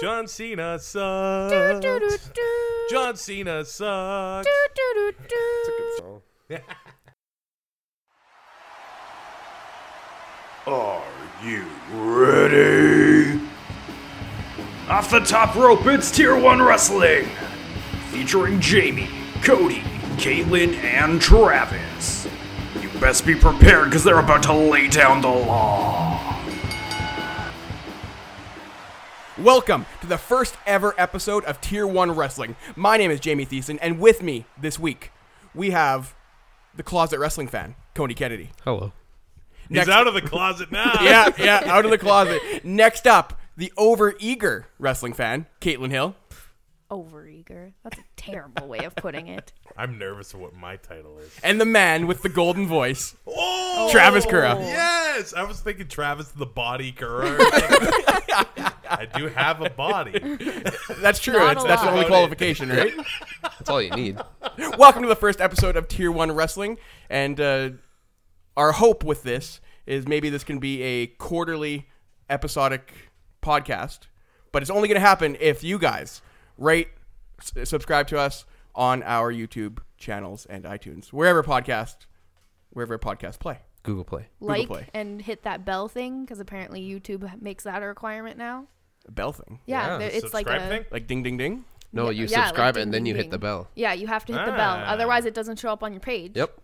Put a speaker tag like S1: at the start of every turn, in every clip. S1: John Cena sucks. John Cena sucks.
S2: It's a good song.
S3: Are you ready? Off the top rope, it's Tier 1 Wrestling! Featuring Jamie, Cody, Caitlin, and Travis. You best be prepared because they're about to lay down the law.
S4: Welcome to the first ever episode of Tier 1 Wrestling. My name is Jamie Thiessen, and with me this week, we have the closet wrestling fan, Cody Kennedy.
S5: Hello.
S1: He's
S4: Next-
S1: out of the closet now.
S4: Yeah, yeah, out of the closet. Next up, the over eager wrestling fan, Caitlin Hill.
S2: Overeager. That's a terrible way of putting it.
S1: I'm nervous of what my title is.
S4: And the man with the golden voice,
S1: Oh,
S4: Travis Kura.
S1: Yes, I was thinking Travis the body curler. I do have a body.
S4: That's true.
S2: Not
S4: That's, that's the
S2: allowed.
S4: only qualification, right?
S5: That's all you need.
S4: Welcome to the first episode of Tier 1 Wrestling. And uh, our hope with this is maybe this can be a quarterly episodic podcast, but it's only going to happen if you guys rate, s- subscribe to us on our YouTube channels and iTunes, wherever podcast, wherever podcasts play.
S5: Google Play.
S2: Like
S4: Play.
S2: and hit that bell thing because apparently YouTube makes that a requirement now.
S4: A bell thing.
S2: Yeah,
S5: Yeah,
S2: there- it's like
S1: Subscribe
S2: a
S1: thing?
S4: Like ding, ding, ding.
S5: No, you
S2: yeah, like
S5: subscribe
S2: ding,
S5: and then
S2: ding,
S5: you
S2: ding.
S5: hit the bell.
S2: Yeah, you have to hit the bell.
S1: Ah.
S2: Otherwise, it doesn't show up on your page.
S5: Yep.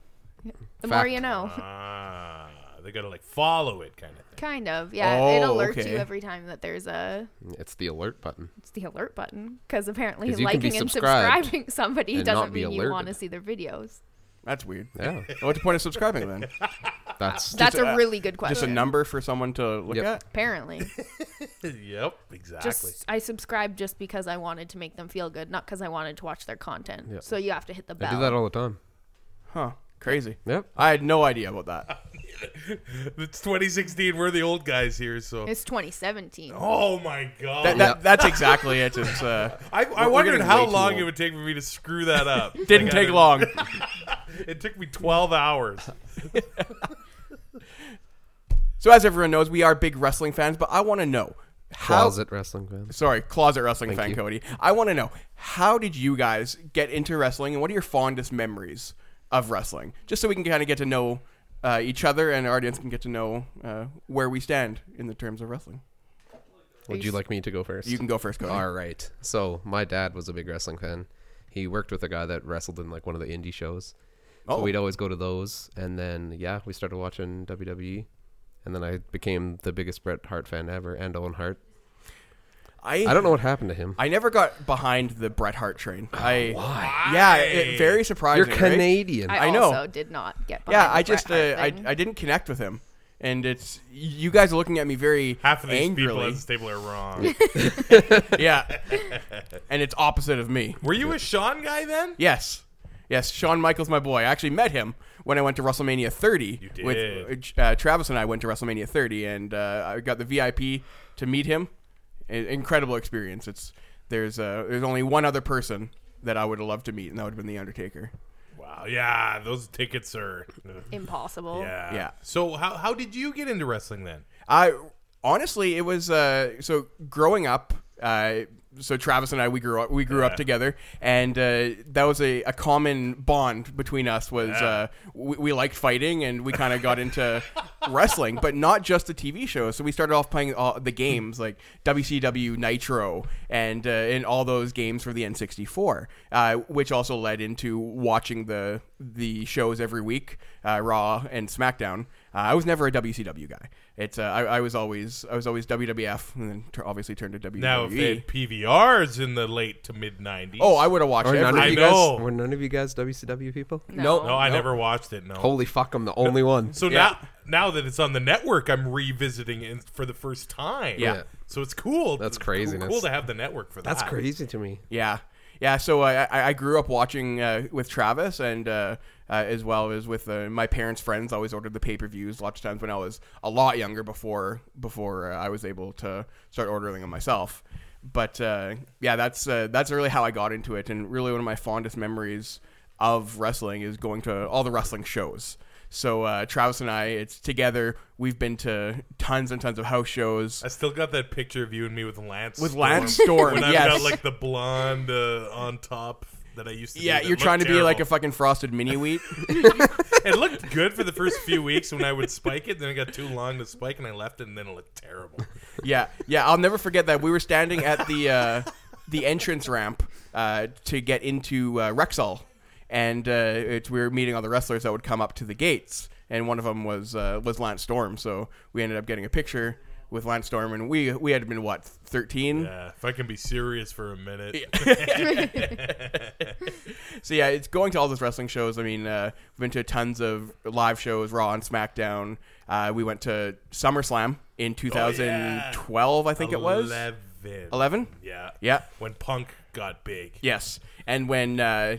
S2: The more
S5: fact.
S2: you know.
S1: Ah, they gotta like follow it kind of thing.
S2: Kind of, yeah. it
S4: Oh,
S2: alerts
S4: okay.
S2: you every time that there's a
S5: It's the alert button.
S2: it's the alert button because apparently
S5: 'Cause you can be
S2: liking and
S5: subscribed
S2: subscribing somebody
S5: and
S2: doesn't
S5: not be
S2: mean you want to
S5: alerted.
S2: see their videos.
S4: That's weird.
S5: Yeah.
S4: What's the point of subscribing then?
S5: That's
S2: That's
S4: Just,
S2: a
S4: uh,
S2: really good question.
S4: Just a number for someone to look
S5: Yep.
S4: at?
S2: Apparently,
S1: Yep, exactly.
S2: just I subscribed just because I wanted to make them feel good, not because I wanted to watch their content.
S5: Yep.
S2: So you have to hit the
S5: I
S2: bell.
S5: do that all the time.
S4: Huh. Crazy.
S5: Yep.
S4: I had no idea about that.
S1: it's 2016. We're the old guys here, so.
S2: it's 2017.
S1: oh my god.
S4: That, that, that's exactly it. It's, uh,
S1: I, I
S4: we're
S1: wondered
S4: getting
S1: how
S4: way too
S1: long
S4: old.
S1: it would take for me to screw that up. Like,
S4: didn't
S1: I
S4: take
S1: don't-
S4: long.
S1: It took me 12 hours.
S4: So as everyone knows, we are big wrestling fans, but I want to know how.
S5: Closet wrestling fan.
S4: Sorry, closet wrestling fan
S5: you.
S4: Cody. I want to know how did you guys get into wrestling, and what are your fondest memories of wrestling? Just so we can kind of get to know uh, each other, and our audience can get to know uh, where we stand in the terms of wrestling.
S5: Would you like me to go first?
S4: You can go first, Cody.
S5: All right. So my dad was a big wrestling fan. He worked with a guy that wrestled in like one of the indie shows.
S4: Oh.
S5: So we'd always go to those, and then yeah, we started watching WWE, and then I became the biggest Bret Hart fan ever, and Owen Hart.
S4: I
S5: I don't know what happened to him.
S4: I never got behind the Bret Hart train. I why? Yeah, it, very surprising.
S5: Ah, You're
S4: right?
S5: Canadian.
S2: I,
S4: I know.
S2: also did not get.
S4: Yeah,
S2: behind
S4: I
S2: the Bret
S4: just uh, I,
S2: Hart thing.
S4: I didn't connect with him, and it's you guys are looking at me very
S1: Half of these people
S4: angrily.
S1: at this table are wrong.
S4: yeah, and it's opposite of me.
S1: Were you a Sean guy then?
S4: Yes, yes. Shawn Michaels, my boy. I actually met him when I went to WrestleMania 30.
S1: You
S4: With uh, Travis and I went to WrestleMania 30, and uh, I got the VIP to meet him. I- incredible experience. It's there's uh, there's only one other person that I would have loved to meet, and that would have been the Undertaker.
S1: Wow. Yeah, those tickets are.
S2: impossible.
S1: Yeah.
S4: Yeah.
S1: So how how did you get into wrestling then?
S4: I honestly, it was uh, so growing up. Uh, so Travis and I, we grew up, we grew
S1: Yeah.
S4: up together, and uh, that was a, a common bond between us was uh, we, we liked fighting, and we kind of got into wrestling, but not just the TV shows. So we started off playing all the games like WCW Nitro and uh, and all those games for the N64, uh, which also led into watching the the shows every week, uh, Raw and SmackDown. Uh, I was never a WCW guy. It's uh, I, I was always I was always WWF and then tur- obviously turned to E. WWE.
S1: Now, if they had PVRs in the late to mid 90s.
S4: oh, I would have watched
S5: Were none
S4: every.
S5: of
S1: I
S5: you
S1: know.
S5: guys? Were none of you guys WCW people?
S4: no,
S1: No, I never watched it. No.
S5: Holy fuck! I'm the only one.
S1: so
S4: yeah.
S1: now now that it's on the network, I'm revisiting it for the first time.
S4: Yeah. Yeah.
S1: So it's cool.
S5: That's
S1: It's
S5: craziness.
S1: Cool to have the network for that.
S5: That's crazy to me.
S4: Yeah, yeah. So I I, I grew up watching uh, with Travis and uh, uh, as well as with uh, my parents' friends. Always ordered the pay per views. Lots of times when I was a lot younger before before uh, I was able to start ordering them myself. But uh, yeah, that's uh, that's really how I got into it, and really one of my fondest memories of wrestling is going to all the wrestling shows. So uh, Travis and I, it's together. We've been to tons and tons of house shows.
S1: I still got that picture of you and me with Lance.
S4: With
S1: Storm.
S4: Lance Storm,
S1: when I've
S4: yes.
S1: got like the blonde uh, on top that I used to. do
S4: Yeah,
S1: that
S4: you're trying to
S1: looked
S4: be like a
S1: terrible.
S4: fucking frosted mini wheat.
S1: it looked good for the first few weeks when I would spike it. Then it got too long to spike, and I left it, and then it looked terrible.
S4: yeah, yeah. I'll never forget that. We were standing at the uh, the entrance ramp uh, to get into uh, Rexall, and uh, it's, we were meeting all the wrestlers that would come up to the gates, and one of them was uh, was Lance Storm. So we ended up getting a picture with Lance Storm, and we we had been what thirteen.
S1: Yeah, if I can be serious for a minute,
S4: So yeah, it's going to all those wrestling shows. I mean, uh, we've been to tons of live shows, Raw and SmackDown. Uh, we went to SummerSlam in 2012, I think it was.
S1: eleven.
S4: 11?
S1: Yeah.
S4: Yeah.
S1: When Punk got big.
S4: Yes, and when uh,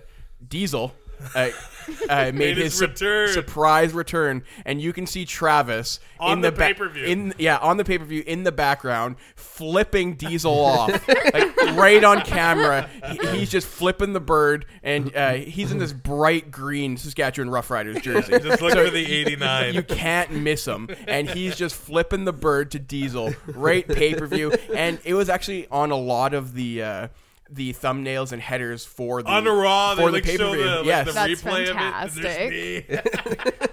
S4: Diesel uh, uh, made,
S1: his
S4: his, su-
S1: return.
S4: surprise return, and you can see Travis
S1: On
S4: in
S1: the
S4: the, ba-
S1: pay-per-view.
S4: In yeah, on the pay per view in the background, flipping Diesel off, like right on camera. He- he's just flipping the bird, and uh, he's in this bright green Saskatchewan Rough Riders jersey.
S1: Just look
S4: So
S1: for the '89.
S4: you can't miss him. And he's just flipping the bird to Diesel right pay per view. And it was actually on a lot of the. Uh, the thumbnails and headers for the
S1: on the Raw, they
S4: for
S1: like
S4: the
S1: show
S4: pay-per-view.
S1: the, like,
S4: yes,
S1: the
S2: That's
S1: replay of it.
S2: fantastic.
S1: and there's me.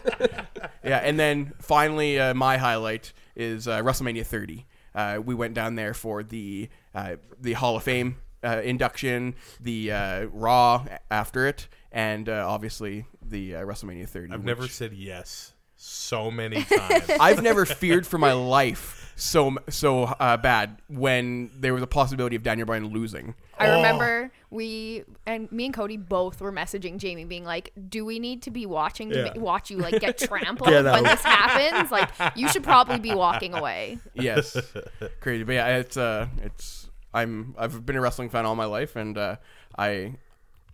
S4: yeah. And then finally, uh, my highlight is uh, WrestleMania 30. Uh, we went down there for the uh, the Hall of Fame uh, induction, the uh, Raw a- after it, and uh, obviously the uh, WrestleMania 30.
S1: I've
S4: which-
S1: never said yes so many times.
S4: I've never feared for my life so so uh, bad when there was a possibility of Daniel Bryan losing.
S2: I remember we and me and Cody both were messaging Jamie, being like, "Do we need to be watching to
S1: Yeah.
S2: ma- watch you like get trampled when this happens? Like, you should probably be walking away."
S4: Yes, crazy. But yeah, it's uh, it's I'm I've been a wrestling fan all my life, and uh, I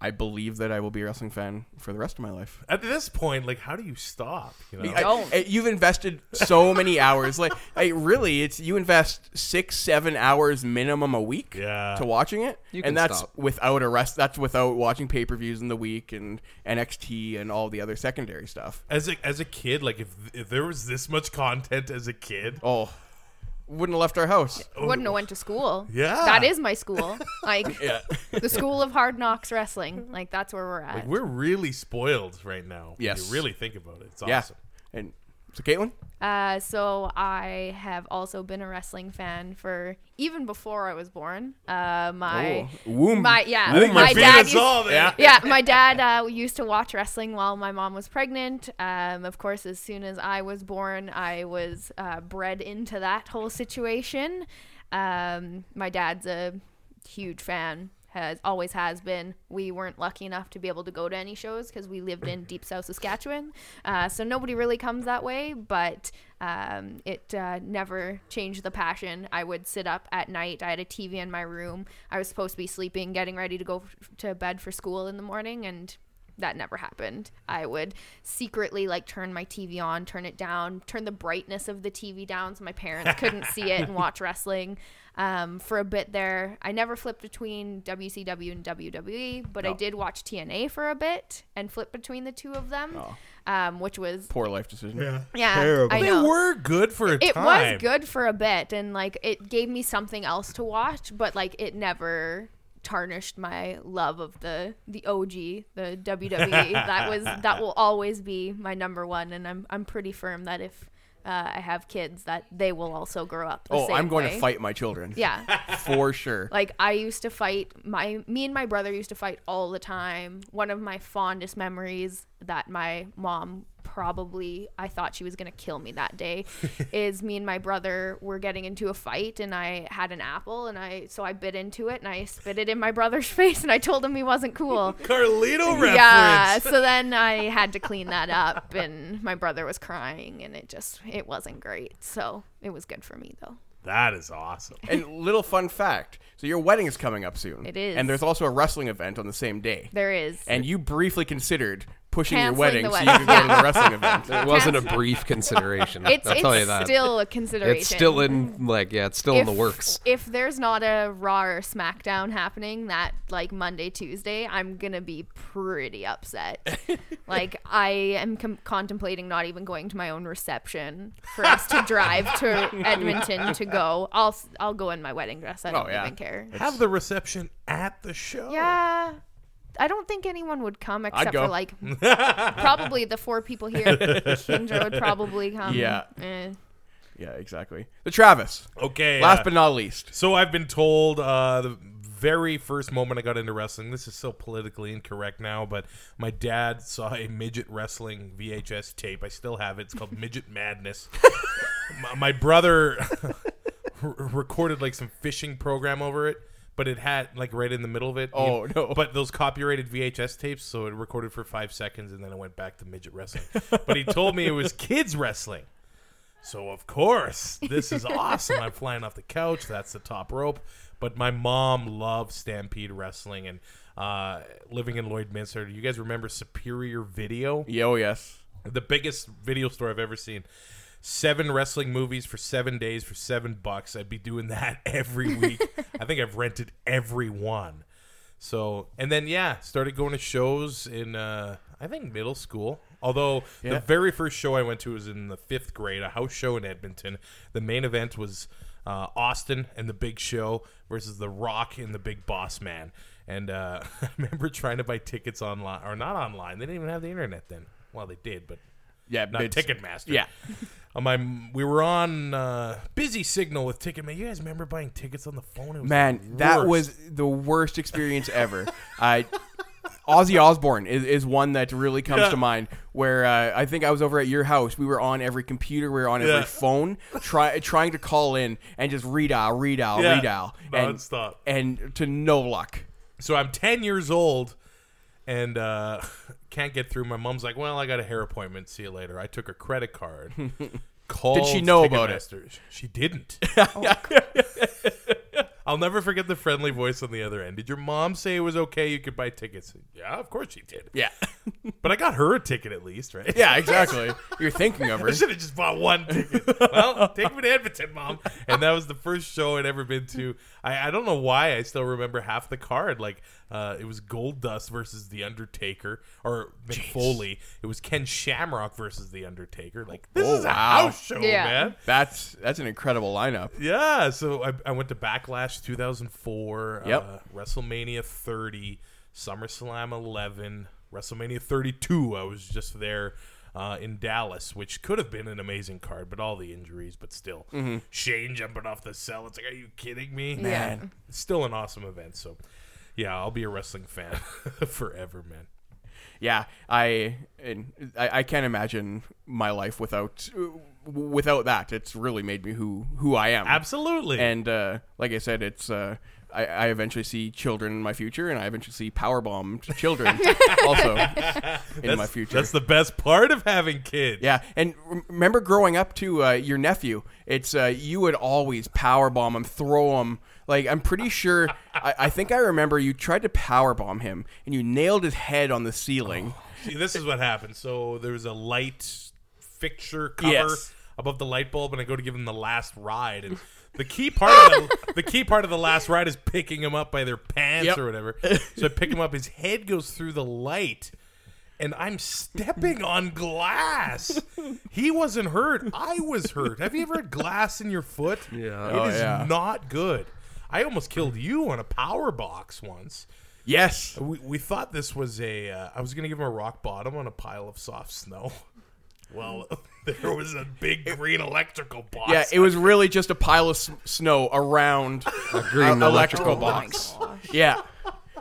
S4: I believe that I will be a wrestling fan for the rest of my life.
S1: At this point, like, how do you stop? You know?
S4: I-
S2: Don't.
S4: I- you've invested so many hours. Like, I, really, it's you invest six, seven hours minimum a week
S1: Yeah.
S4: to watching it,
S5: You can
S4: and that's
S5: stop.
S4: without a rest. That's without watching pay per views in the week and NXT and all the other secondary stuff.
S1: as a as a kid, like if if there was this much content as a kid,
S4: Oh, wouldn't have left our house.
S2: Wouldn't have went to school.
S1: Yeah.
S2: that is my school. Like the school of hard knocks wrestling. Like that's where we're at.
S1: we're really spoiled right now. When
S4: Yes.
S1: you really think about it. It's
S4: Yeah,
S1: awesome.
S4: and so Caitlin.
S2: Uh, so I have also been a wrestling fan for even before I was born. Uh, my
S4: Oh, womb.
S2: my yeah,
S1: I think
S2: my
S1: you're beating
S2: dad
S1: us
S2: used-
S1: all there.
S2: yeah, my dad uh, used to watch wrestling while my mom was pregnant. Um, of course, as soon as I was born, I was uh, bred into that whole situation. Um, my dad's a huge fan, has always has been. We weren't lucky enough to be able to go to any shows because we lived in deep South Saskatchewan, uh, so nobody really comes that way. But um, it uh, never changed the passion. I would sit up at night. I had a TV in my room. I was supposed to be sleeping, getting ready to go f- to bed for school in the morning, and that never happened. I would secretly like turn my TV on, turn it down, turn the brightness of the TV down so my parents couldn't see it and watch wrestling. Um, for a bit there, I never flipped between WCW and WWE, but I did watch TNA for a bit and flip between the two of them, um, which was
S4: Poor life decision.
S2: yeah, I
S1: They
S2: know.
S1: were good for a
S2: It
S1: time.
S2: was good for a bit, and like it gave me something else to watch, but like it never tarnished my love of the the OG, the WWE. that was that will always be my number one, and I'm I'm pretty firm that if uh, I have kids, that they will also grow up. The
S4: Oh,
S2: same
S4: I'm going
S2: way.
S4: to fight my children.
S2: Yeah,
S4: for sure.
S2: like I used to fight my me and my brother used to fight all the time. One of my fondest memories that my mom probably I thought she was going to kill me that day is me and my brother were getting into a fight and I had an apple and I so I bit into it and I spit it in my brother's face and I told him he wasn't cool.
S1: Carlito reference.
S2: Yeah, so then I had to clean that up and my brother was crying and it just it wasn't great. So, it was good for me though.
S1: That is awesome.
S4: And little fun fact. So your wedding is coming up soon.
S2: It is.
S4: And there's also a wrestling event on the same day.
S2: There is
S4: And you briefly considered pushing your
S2: Canceling
S4: wedding,
S2: the
S4: so you
S2: wedding,
S4: could go to the wrestling event.
S5: It wasn't a brief consideration.
S2: It's,
S5: I'll tell you
S2: it's
S5: that.
S2: still a consideration.
S5: it's still in like yeah, it's still in the works.
S2: If there's not a Raw or SmackDown happening that like Monday, Tuesday, I'm gonna be pretty upset. like I am com- contemplating not even going to my own reception for us to drive to Edmonton to go. I'll s- I'll go in my wedding dress. I don't
S4: Oh, yeah.
S2: even care.
S1: Have the reception at the show.
S2: Yeah. I don't think anyone would come except
S4: go.
S2: for like probably the four people here. Kendra would probably come.
S4: Yeah.
S2: Eh.
S4: Yeah, exactly. The Travis.
S1: Okay.
S4: Last
S1: uh,
S4: but not least.
S1: So I've been told uh, the very first moment I got into wrestling. This is so politically incorrect now, but my dad saw a midget wrestling VHS tape. I still have it. It's called Midget Madness. my, my brother r- recorded like some fishing program over it. But it had like right in the middle of it.
S4: Oh, no.
S1: But those copyrighted VHS tapes, so it recorded for five seconds and then it went back to midget wrestling. but he told me it was kids wrestling. So of course, this is awesome. I'm flying off the couch. That's the top rope. But my mom loves Stampede Wrestling and uh, living in Lloydminster. Do you guys remember Superior Video?
S4: Yeah, oh, yes.
S1: The biggest video store I've ever seen. Seven wrestling movies for seven days for seven bucks. I'd be doing that every week. I think I've rented every one. So and then yeah, started going to shows in uh, I think middle school. Although the very first show I went to was in the fifth grade, a house show in Edmonton. The main event was uh, Austin and the Big Show versus The Rock and the Big Boss Man. And uh, I remember trying to buy tickets online or not online. They didn't even have the internet then. Well, they did, but
S4: Yeah,
S1: not
S4: it's-
S1: Ticketmaster.
S4: Yeah.
S1: On my, we were on uh, busy signal with Ticketmaster. You guys remember buying tickets on the phone? It was the
S4: Man, that
S1: worst.
S4: was the worst experience ever. I Ozzy Osbourne is, is one that really comes
S1: Yeah.
S4: to mind. Where uh, I think I was over at your house. We were on every computer. We were on every
S1: Yeah.
S4: phone, try, trying to call in and just redial, redial,
S1: Yeah.
S4: redial,
S1: Nonstop.
S4: and and to no luck.
S1: So I'm 10 years old and uh, can't get through. My mom's like, well, I got a hair appointment. See you later. I took her credit card. called
S4: Did she know about it? Oh,
S1: Ticketmaster. She didn't. I'll never forget the friendly voice on the other end. Did your mom say it was okay you could buy tickets? Yeah, of course she did.
S4: Yeah,
S1: But I got her a ticket at least, right?
S4: yeah, exactly. You're thinking of her.
S1: I should have just bought one ticket. well, take me to Edmonton, mom. And that was the first show I'd ever been to. I, I don't know why I still remember half the card. Like uh, it was Gold Dust versus The Undertaker or McFoley. It was Ken Shamrock versus The Undertaker. Like this
S4: Oh,
S1: is a
S4: wow.
S1: house show,
S2: Yeah.
S1: man.
S4: That's that's an incredible lineup.
S1: Yeah, so I, I went to Backlash 2004,
S4: Yep.
S1: uh, WrestleMania 30, SummerSlam 11, WrestleMania 32. I was just there uh, in Dallas, which could have been an amazing card, but all the injuries, but still.
S4: Mm-hmm.
S1: Shane jumping off the cell. It's like, are you kidding me?
S2: Man. Yeah.
S1: It's still an awesome event, so yeah, I'll be a wrestling fan forever, man.
S4: yeah i and I, I can't imagine my life without without that it's really made me who who i am
S1: Absolutely.
S4: and uh like i said it's uh I, I eventually see children in my future, and I eventually see powerbombed children also in my future.
S1: That's the best part of having kids.
S4: Yeah, and rem- remember growing up to uh, your nephew. It's uh, you would always power bomb him, throw him. Like I'm pretty sure. I, I think I remember you tried to power bomb him, and you nailed his head on the ceiling.
S1: See, this is what happened. So there was a light fixture cover
S4: Yes.
S1: above the light bulb, and I go to give him the last ride, and the key part of the, the key part of the last ride is picking him up by their pants
S4: Yep.
S1: or whatever. So I pick him up. His head goes through the light. And I'm stepping on glass. He wasn't hurt. I was hurt. Have you ever had glass in your foot?
S5: Yeah.
S1: It
S4: Oh,
S1: is
S4: yeah.
S1: not good. I almost killed you on a power box once.
S4: Yes.
S1: We, we thought this was a. Uh, I was gonna give him a rock bottom on a pile of soft snow. Well, there was a big green electrical box.
S4: Yeah, it was really just a pile of s- snow around
S5: A green
S4: an electrical box. Yeah.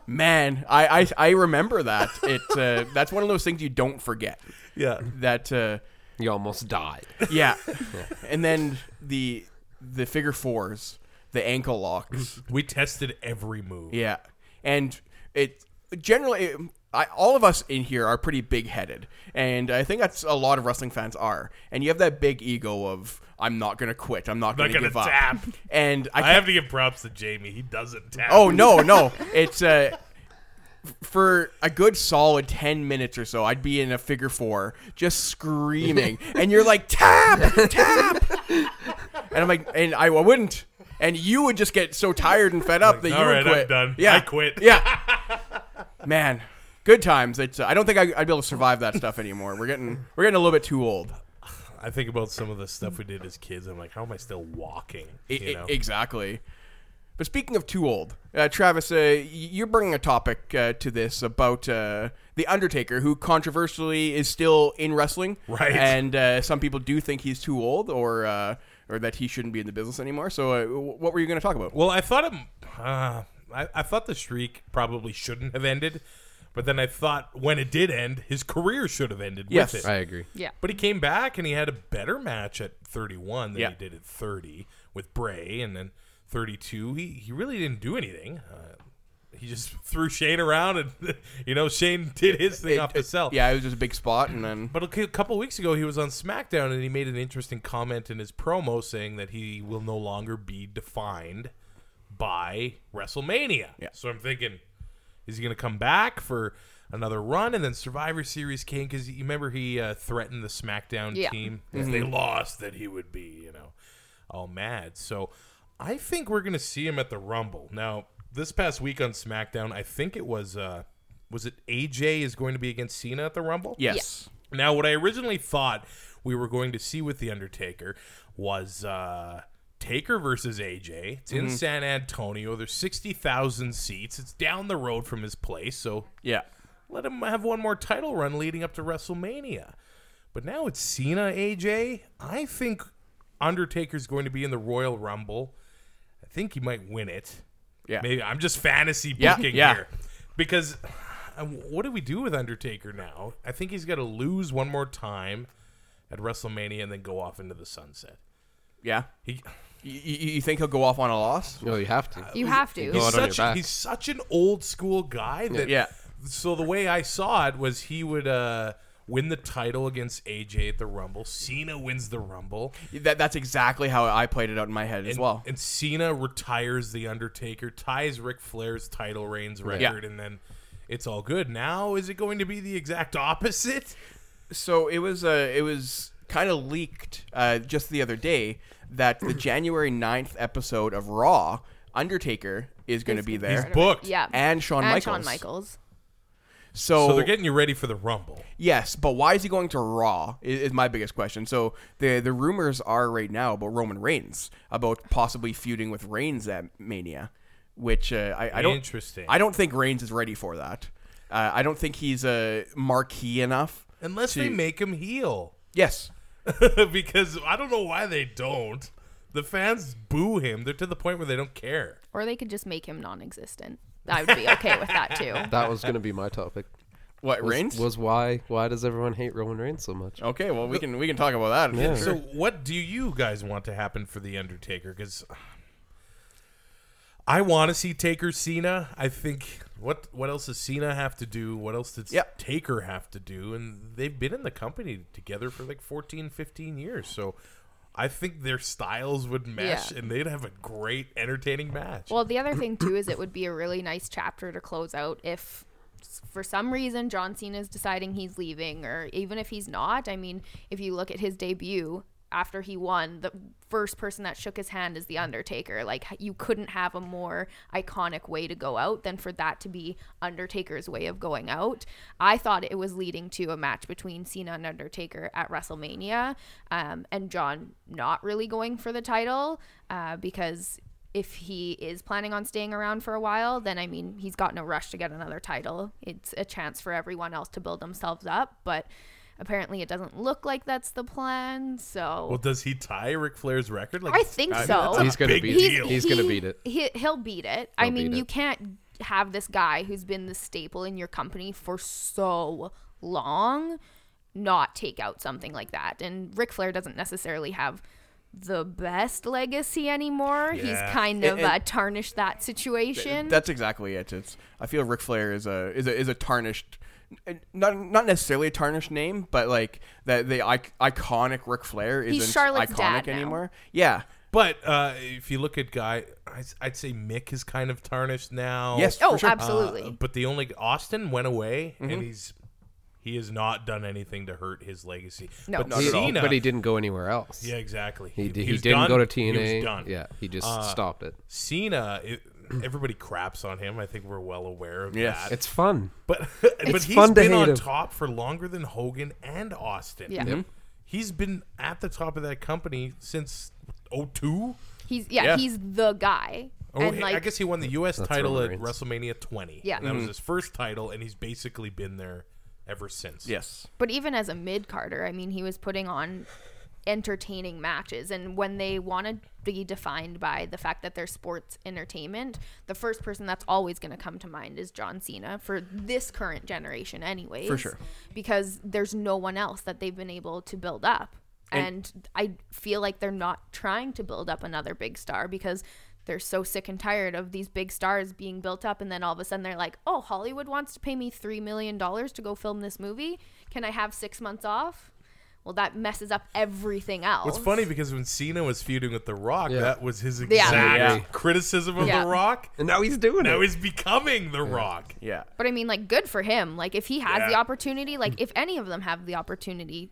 S4: Man, I, I, I remember that. It uh, that's one of those things you don't forget.
S1: yeah.
S4: That uh,
S5: You almost died.
S4: yeah, and then the the figure fours, the ankle locks.
S1: We tested every move.
S4: Yeah, and it generally it- I, all of us in here are pretty big headed, and I think that's a lot of wrestling fans are. And you have that big ego of I'm not gonna quit. I'm not,
S1: not
S4: gonna,
S1: gonna
S4: give
S1: tap.
S4: up. And I,
S1: I
S4: can't-
S1: have to give props to Jamie. He doesn't tap.
S4: Oh no, no. It's uh for a good solid 10 minutes or so, I'd be in a figure four just screaming. and you're like, tap, tap. and I'm like, and I wouldn't. And you would just get so tired and fed up that you
S1: "All
S4: would
S1: right, I'm
S4: quit.
S1: done.
S4: Yeah,
S1: I quit."
S4: Yeah, man, good times. It's, uh, I don't think I, I'd be able to survive that stuff anymore. We're getting we're getting a little bit too old.
S1: I think about some of the stuff we did as kids. I'm like, how am I still walking?
S4: I-
S1: You
S4: I-
S1: know?
S4: Exactly. But speaking of too old, uh, Travis, uh, y- you're bringing a topic uh, to this about uh, the Undertaker, who controversially is still in wrestling,
S1: Right.
S4: And uh, some people do think he's too old, or uh, or that he shouldn't be in the business anymore. So, uh, w- what were you going to talk about?
S1: Well, I thought it, uh, I, I thought the streak probably shouldn't have ended, but then I thought when it did end, his career should have ended
S4: Yes.
S1: with it.
S5: I agree.
S2: Yeah.
S1: But he came back and he had a better match at 31 than
S4: Yeah.
S1: he did at 30 with Bray, and then 32. He he really didn't do anything. Uh, he just threw Shane around, and you know Shane did his thing off the cell.
S4: yeah, it was just a big spot, and then
S1: But a cou- couple weeks ago, he was on SmackDown and he made an interesting comment in his promo saying that he will no longer be defined by WrestleMania.
S4: Yeah.
S1: So I'm thinking, is he going to come back for another run? And then Survivor Series came because you remember he uh, threatened the SmackDown
S2: Yeah.
S1: team if they lost that he would be, you know, all mad. So I think we're going to see him at the Rumble. Now, this past week on SmackDown, I think it was. Uh, was it AJ is going to be against Cena at the Rumble?
S4: yes,
S1: Now, what I originally thought we were going to see with The Undertaker was uh, Taker versus AJ. It's in San Antonio. There's 60,000 seats. It's down the road from his place. So
S4: yeah,
S1: let him have one more title run leading up to WrestleMania. But now it's Cena, AJ. I think Undertaker's going to be in the Royal Rumble. I think he might win it.
S4: yeah.
S1: Maybe I'm just fantasy
S4: Yeah,
S1: booking
S4: yeah.
S1: here because uh, what do we do with Undertaker now? I think he's got to lose one more time at WrestleMania and then go off into the sunset.
S4: yeah.
S1: He,
S4: Y- y- you think he'll go off on a loss?
S5: No, you have to.
S2: You have to.
S5: Go
S1: he's
S5: out on your
S1: such
S5: back.
S1: he's such an old school guy that
S4: Yeah.
S1: So the way I saw it was he would uh, win the title against AJ at the Rumble. Cena wins the Rumble.
S4: That that's exactly how I played it out in my head as
S1: And,
S4: well.
S1: and Cena retires the Undertaker, ties Ric Flair's title reigns
S4: Yeah.
S1: record, and then it's all good. Now is it going to be the exact opposite?
S4: so it was uh, it was kind of leaked uh, just the other day that the January 9th episode of Raw Undertaker is going to be there
S1: He's booked.
S2: Yeah.
S4: and Shawn
S2: and
S4: Michaels.
S2: Shawn Michaels.
S4: So,
S1: So they're getting you ready for the Rumble.
S4: yes, but why is he going to Raw? Is, is my biggest question. So the the rumors are right now about Roman Reigns about possibly feuding with Reigns at Mania, which uh, I, I don't
S1: Interesting.
S4: I don't think Reigns is ready for that. Uh, I don't think he's a uh, marquee enough.
S1: Unless they
S4: to-
S1: make him heel.
S4: yes,
S1: because I don't know why they don't. The fans boo him. They're to the point where they don't care.
S2: Or they could just make him non existent. I would be okay with that too.
S5: That was going to be my topic.
S4: what Reigns
S5: was why why does everyone hate Roman Reigns so much?
S4: Okay, well we can we can talk about that.
S5: Yeah.
S1: So what do you guys want to happen for the Undertaker? Because I want to see Taker Cena. I think what what else does Cena have to do? What else does
S4: Yep.
S1: Taker have to do? And they've been in the company together for like 14, 15 years. So I think their styles would mesh,
S2: Yeah.
S1: and they'd have a great, entertaining match.
S2: Well, the other thing too is it would be a really nice chapter to close out if s- for some reason John Cena is deciding he's leaving or even if he's not. I mean, if you look at his debut after he won, the first person that shook his hand is the Undertaker. Like h- you couldn't have a more iconic way to go out than for that to be Undertaker's way of going out. I thought it was leading to a match between Cena and Undertaker at WrestleMania, um, and John not really going for the title uh, because if he is planning on staying around for a while, then I mean, he's got no rush to get another title. It's a chance for everyone else to build themselves up, but apparently it doesn't look like that's the plan. So
S1: Well, does he tie Ric Flair's record? Like
S2: I think so.
S5: He's going to
S1: big
S5: beat
S1: deal.
S5: it. He's going to
S2: he-
S5: beat it.
S2: He, he'll beat it. I
S5: He'll
S2: mean,
S5: beat
S2: you
S5: it.
S2: can't have this guy who's been the staple in your company for so long not take out something like that. And Ric Flair doesn't necessarily have the best legacy anymore.
S1: Yeah.
S2: He's kind
S4: It-
S2: of
S4: it-
S2: uh, tarnished that situation.
S4: That's exactly it. It's I feel Ric Flair is a is a is a tarnished not not necessarily a tarnished name, but like the the ic- iconic Ric Flair isn't
S2: Charlotte's
S4: iconic
S2: dad now.
S4: anymore. Yeah.
S1: But uh, if you look at guy, I'd, I'd say Mick is kind of tarnished now.
S4: Yes,
S2: Oh,
S4: for sure.
S2: absolutely.
S1: Uh, But the only Austin went away,
S5: Mm-hmm.
S1: and he's he has not done anything to hurt his legacy.
S2: No.
S1: but
S2: Not
S5: He-
S1: Cena,
S5: but he didn't go anywhere else.
S1: yeah, exactly.
S5: He, d- he,
S1: was
S5: didn't
S1: done.
S5: go to
S1: He was
S5: TNA.
S1: done.
S5: Yeah, he just stopped it.
S1: Cena. It, everybody craps on him. I think we're well aware of
S4: Yes.
S1: that.
S5: It's fun.
S1: but but
S5: it's
S1: he's
S5: fun to
S1: been
S5: hate
S1: on
S5: him.
S1: top for longer than Hogan and Austin.
S2: Yeah.
S1: He's been at the top of that company since 02.
S2: He's yeah,
S4: Yeah.
S2: he's the guy.
S1: Oh,
S2: and
S1: he-
S2: like
S1: I guess he won the U.S. title at
S5: Roman Reigns. Mm-hmm.
S1: WrestleMania 20.
S2: Yeah.
S1: And that was his first title, and he's basically been there ever since.
S4: Yes.
S2: but even as a mid Carter, I mean he was putting on entertaining matches and when they want to be defined by the fact that they're sports entertainment, the first person that's always going to come to mind is John Cena for this current generation anyways.
S4: For sure.
S2: Because there's no one else that they've been able to build up. And, I feel like they're not trying to build up another big star because they're so sick and tired of these big stars being built up. And then all of a sudden they're like, oh, Hollywood wants to pay me $3 million to go film this movie. Can I have six months off? Well, that messes up everything else.
S1: It's funny because when Cena was feuding with The Rock,
S5: Yeah.
S1: that was his exact
S4: Yeah.
S1: criticism of
S2: Yeah.
S1: The Rock.
S5: And now he's doing
S1: Now
S5: it.
S1: he's becoming The Rock.
S4: Yeah.
S2: But I mean, like, good for him. Like, if he has the
S1: Yeah.
S2: opportunity, like, if any of them have the opportunity,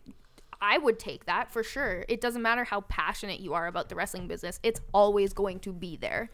S2: I would take that for sure. It doesn't matter how passionate you are about the wrestling business, it's always going to be there.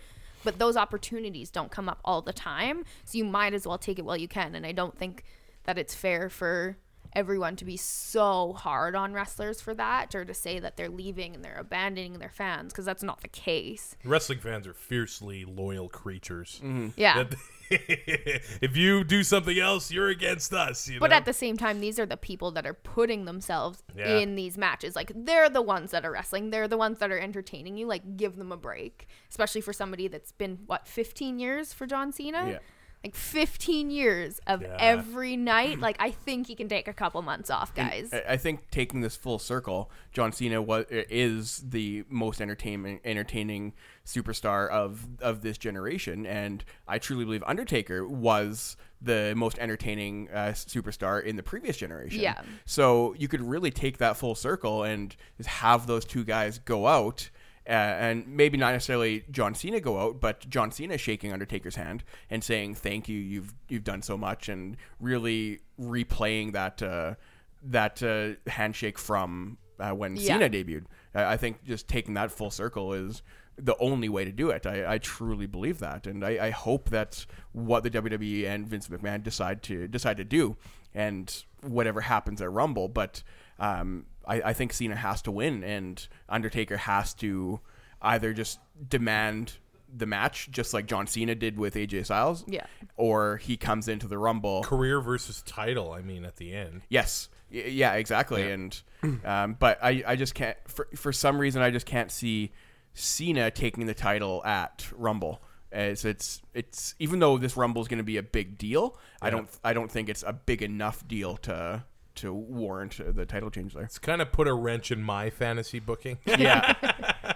S2: But those opportunities don't come up all the time. So you might as well take it while you can. And I don't think that it's fair for everyone to be so hard on wrestlers for that or to say that they're leaving and they're abandoning their fans because that's not the case.
S1: Wrestling fans are fiercely loyal creatures.
S4: Mm-hmm.
S2: Yeah.
S1: That- if you do something else, you're against us. You
S2: But
S1: know?
S2: at the same time, these are the people that are putting themselves
S1: Yeah.
S2: in these matches. Like they're the ones that are wrestling. They're the ones that are entertaining you. Like give them a break, especially for somebody that's been what 15 years for John Cena.
S4: Yeah.
S2: Like 15 years of
S1: Yeah.
S2: every night. Like I think he can take a couple months off, guys.
S4: I I think taking this full circle, John Cena was is the most entertainment entertaining superstar of of this generation, and I truly believe Undertaker was the most entertaining uh, superstar in the previous generation.
S2: Yeah.
S4: So you could really take that full circle and just have those two guys go out. Uh, and maybe not necessarily John Cena go out, but John Cena shaking Undertaker's hand and saying thank you, you've you've done so much, and really replaying that uh, that uh, handshake from uh, when
S2: Yeah.
S4: Cena debuted. I I think just taking that full circle is the only way to do it. I, I truly believe that, and I, I hope that's what the WWE and Vince McMahon decide to decide to do, and whatever happens at Rumble. But um, I, I think Cena has to win, and Undertaker has to either just demand the match, just like John Cena did with AJ Styles,
S2: Yeah.
S4: or he comes into the Rumble
S1: Career versus title, I mean, at the end.
S4: Yes. Y- Yeah, exactly. And um, but I, I just can't for for some reason I just can't see Cena taking the title at Rumble. As it's it's even though this Rumble is going to be a big deal, I don't I don't think it's a big enough deal to to warrant uh, the title change there.
S1: It's kind of put a wrench in my fantasy booking.
S4: Yeah.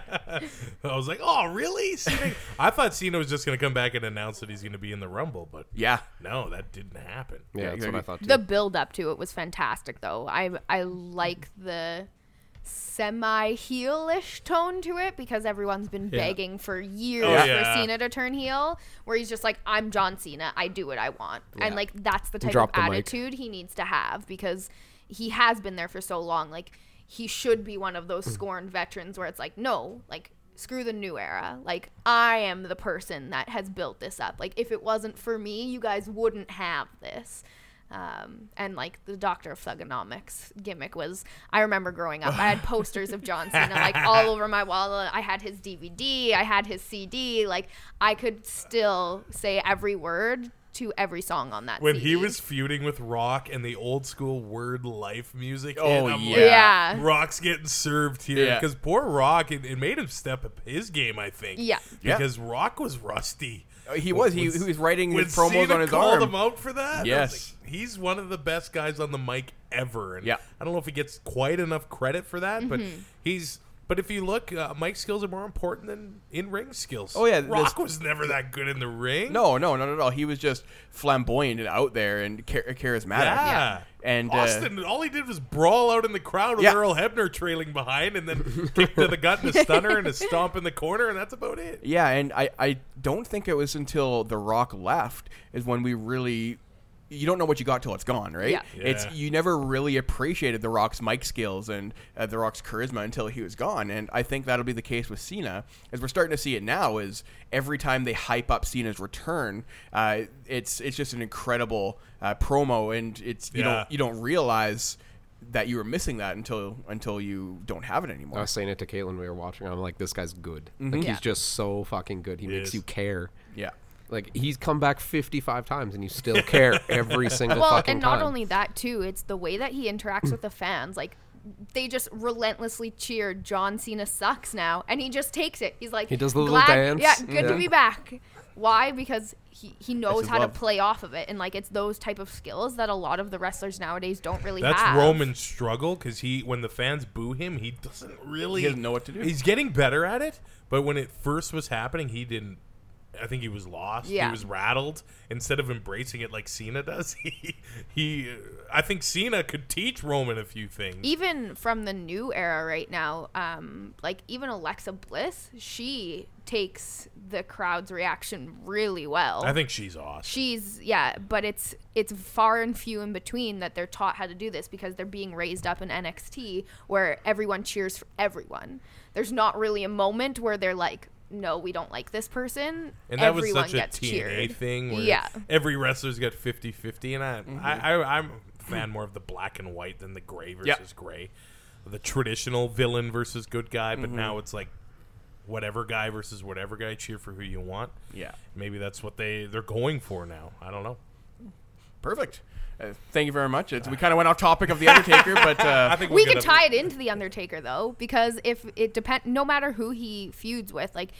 S1: I was like, oh, really? Cena? I thought Cena was just going to come back and announce that he's going to be in the Rumble, but
S4: yeah.
S1: no, that didn't happen.
S5: yeah, that's what I thought. Too.
S2: The build up to it was fantastic, though. I I like the semi heelish tone to it because everyone's been begging for years
S1: Oh, yeah.
S2: for Cena to turn heel, where he's just like, "I'm John Cena. I do what I want," and
S5: Yeah.
S2: like that's the type
S5: Drop
S2: of
S5: the mic.
S2: attitude he needs to have because he has been there for so long. Like he should be one of those
S1: Hmm.
S2: scorned veterans where it's like, no, like screw the new era. Like I am the person that has built this up. Like if it wasn't for me, you guys wouldn't have this. Um, and like the Doctor of Thugonomics gimmick was, I remember growing up, I had posters of John Cena like all over my wall. I had his DVD, I had his CD. Like I could still say every word to every song on that.
S1: When
S2: CD.
S1: he was feuding with Rock and the old school word life music, hit,
S4: Oh,
S1: I'm like,
S4: Yeah.
S2: yeah,
S1: Rock's getting served here
S4: Yeah.
S1: because poor Rock, it, it made him step up his game, I think.
S2: Yeah.
S4: Yeah.
S1: because Rock was rusty.
S4: Uh, He was he,
S1: When-
S4: he was writing
S1: when
S4: his promos
S1: Cena
S4: on his
S1: called
S4: arm.
S1: him out for that. I was
S4: Yes.
S1: like, he's one of the best guys on the mic ever. And
S4: Yeah.
S2: Mm-hmm.
S1: I don't know if he gets quite enough credit for that, but he's. But if you look, uh, Mike's skills are more important than in ring skills.
S4: Oh, yeah,
S1: Rock
S4: this-
S1: was never that good in the ring.
S4: No, no, not at all. He was just flamboyant and out there and char- charismatic.
S1: Yeah.
S4: And uh,
S1: Austin, all he did was brawl out in the crowd with
S4: Yeah.
S1: Earl Hebner trailing behind, and then kick to the gut and a stunner and a stomp in the corner, and that's about it.
S4: yeah, and I, I don't think it was until The Rock left is when we really. You don't know what you got till it's gone, right?
S2: Yeah.
S4: It's
S1: Yeah.
S4: you never really appreciated The Rock's mic skills and uh, The Rock's charisma until he was gone, and I think that'll be the case with Cena, as we're starting to see it now. Is every time they hype up Cena's return, uh, it's it's just an incredible uh, promo, and it's you
S1: Yeah.
S4: don't you don't realize that you were missing that until until you don't have it anymore.
S5: I was saying it to Caitlin. when We were watching. I'm like, this guy's good. Like
S2: Yeah.
S5: he's just so fucking good. He, makes
S1: is.
S5: you care.
S4: Yeah.
S5: Like he's come back 55 times and you still care every single
S2: well,
S5: fucking
S2: and not
S5: time.
S2: only that too, it's the way that he interacts with the fans. Like they just relentlessly cheer John Cena sucks now, and he just takes it. He's like
S5: He does the little
S2: "Glad-
S5: dance."
S2: Yeah, good
S5: Yeah.
S2: to be back. Why? Because he, he knows
S4: his
S2: how
S4: love.
S2: to play off of it, and like it's those type of skills that a lot of the wrestlers nowadays don't really
S1: That's
S2: have.
S1: Roman's struggle because he, when the fans boo him, he doesn't really
S4: He doesn't know what to do.
S1: He's getting better at it, but when it first was happening, he didn't. I think he was lost.
S2: Yeah.
S1: He was rattled. Instead of embracing it like Cena does, he, he, I think Cena could teach Roman a few things.
S2: even from the new era right now, um, like even Alexa Bliss, she takes the crowd's reaction really well.
S1: I think she's awesome.
S2: She's yeah, but it's it's far and few in between that they're taught how to do this because they're being raised up in NXT where everyone cheers for everyone. There's not really a moment where they're like, no, we don't like this person.
S1: And that was
S2: everyone
S1: such a
S2: gets
S1: TNA
S2: cheered.
S1: thing where
S2: Yeah.
S1: every wrestler's got 50-50 and I, I, I I'm a fan more of the black and white than the gray versus
S4: Yeah.
S1: gray. The traditional villain versus good guy, but now it's like whatever guy versus whatever guy cheer for who you want.
S4: Yeah.
S1: Maybe that's what they they're going for now. I don't know.
S4: Perfect. Uh, thank you very much. It's, we kind of went off topic of the Undertaker, but uh,
S1: I think
S2: We
S1: could
S2: could tie it into the Undertaker though, because if it depend, no matter who he feuds with, like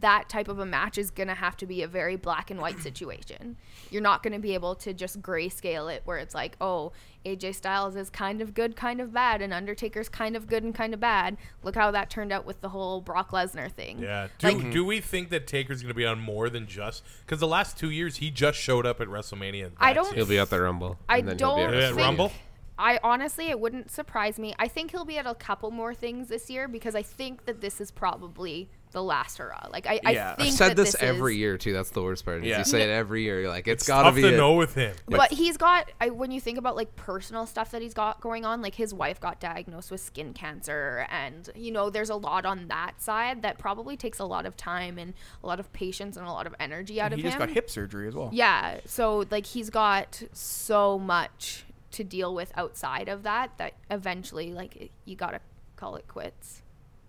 S2: that type of a match is gonna have to be a very black and white situation. You're not gonna be able to just grayscale it where it's like, oh, AJ Styles is kind of good, kind of bad, and Undertaker's kind of good and kind of bad. Look how that turned out with the whole Brock Lesnar thing.
S1: Yeah. Do, do we think that Taker's going to be on more than just cuz the last 2 years he just showed up at WrestleMania. and
S2: I
S1: that's
S2: don't
S1: it.
S5: he'll be at the Rumble.
S2: I
S5: and then he'll
S2: don't
S5: be at
S1: Yeah,
S2: think.
S5: WrestleMania.
S1: Rumble?
S2: I honestly, it wouldn't surprise me. I think he'll be at a couple more things this year because I think that this is probably the last hurrah. Like I, I
S4: Yeah. I've
S2: think
S5: I've said
S2: that
S5: this,
S2: this
S5: every
S2: is,
S5: year too. That's the worst part. Is
S4: Yeah.
S5: You say it every year. You're like, it's got to
S1: Tough
S5: be.
S1: to
S5: it.
S1: know with him.
S2: But he's got I, when you think about like personal stuff that he's got going on, like his wife got diagnosed with skin cancer, and you know there's a lot on that side that probably takes a lot of time and a lot of patience and a lot of energy out of
S4: he
S2: him.
S4: just got hip surgery as well.
S2: Yeah. So like he's got so much to deal with outside of that that eventually like it- you got to call it quits.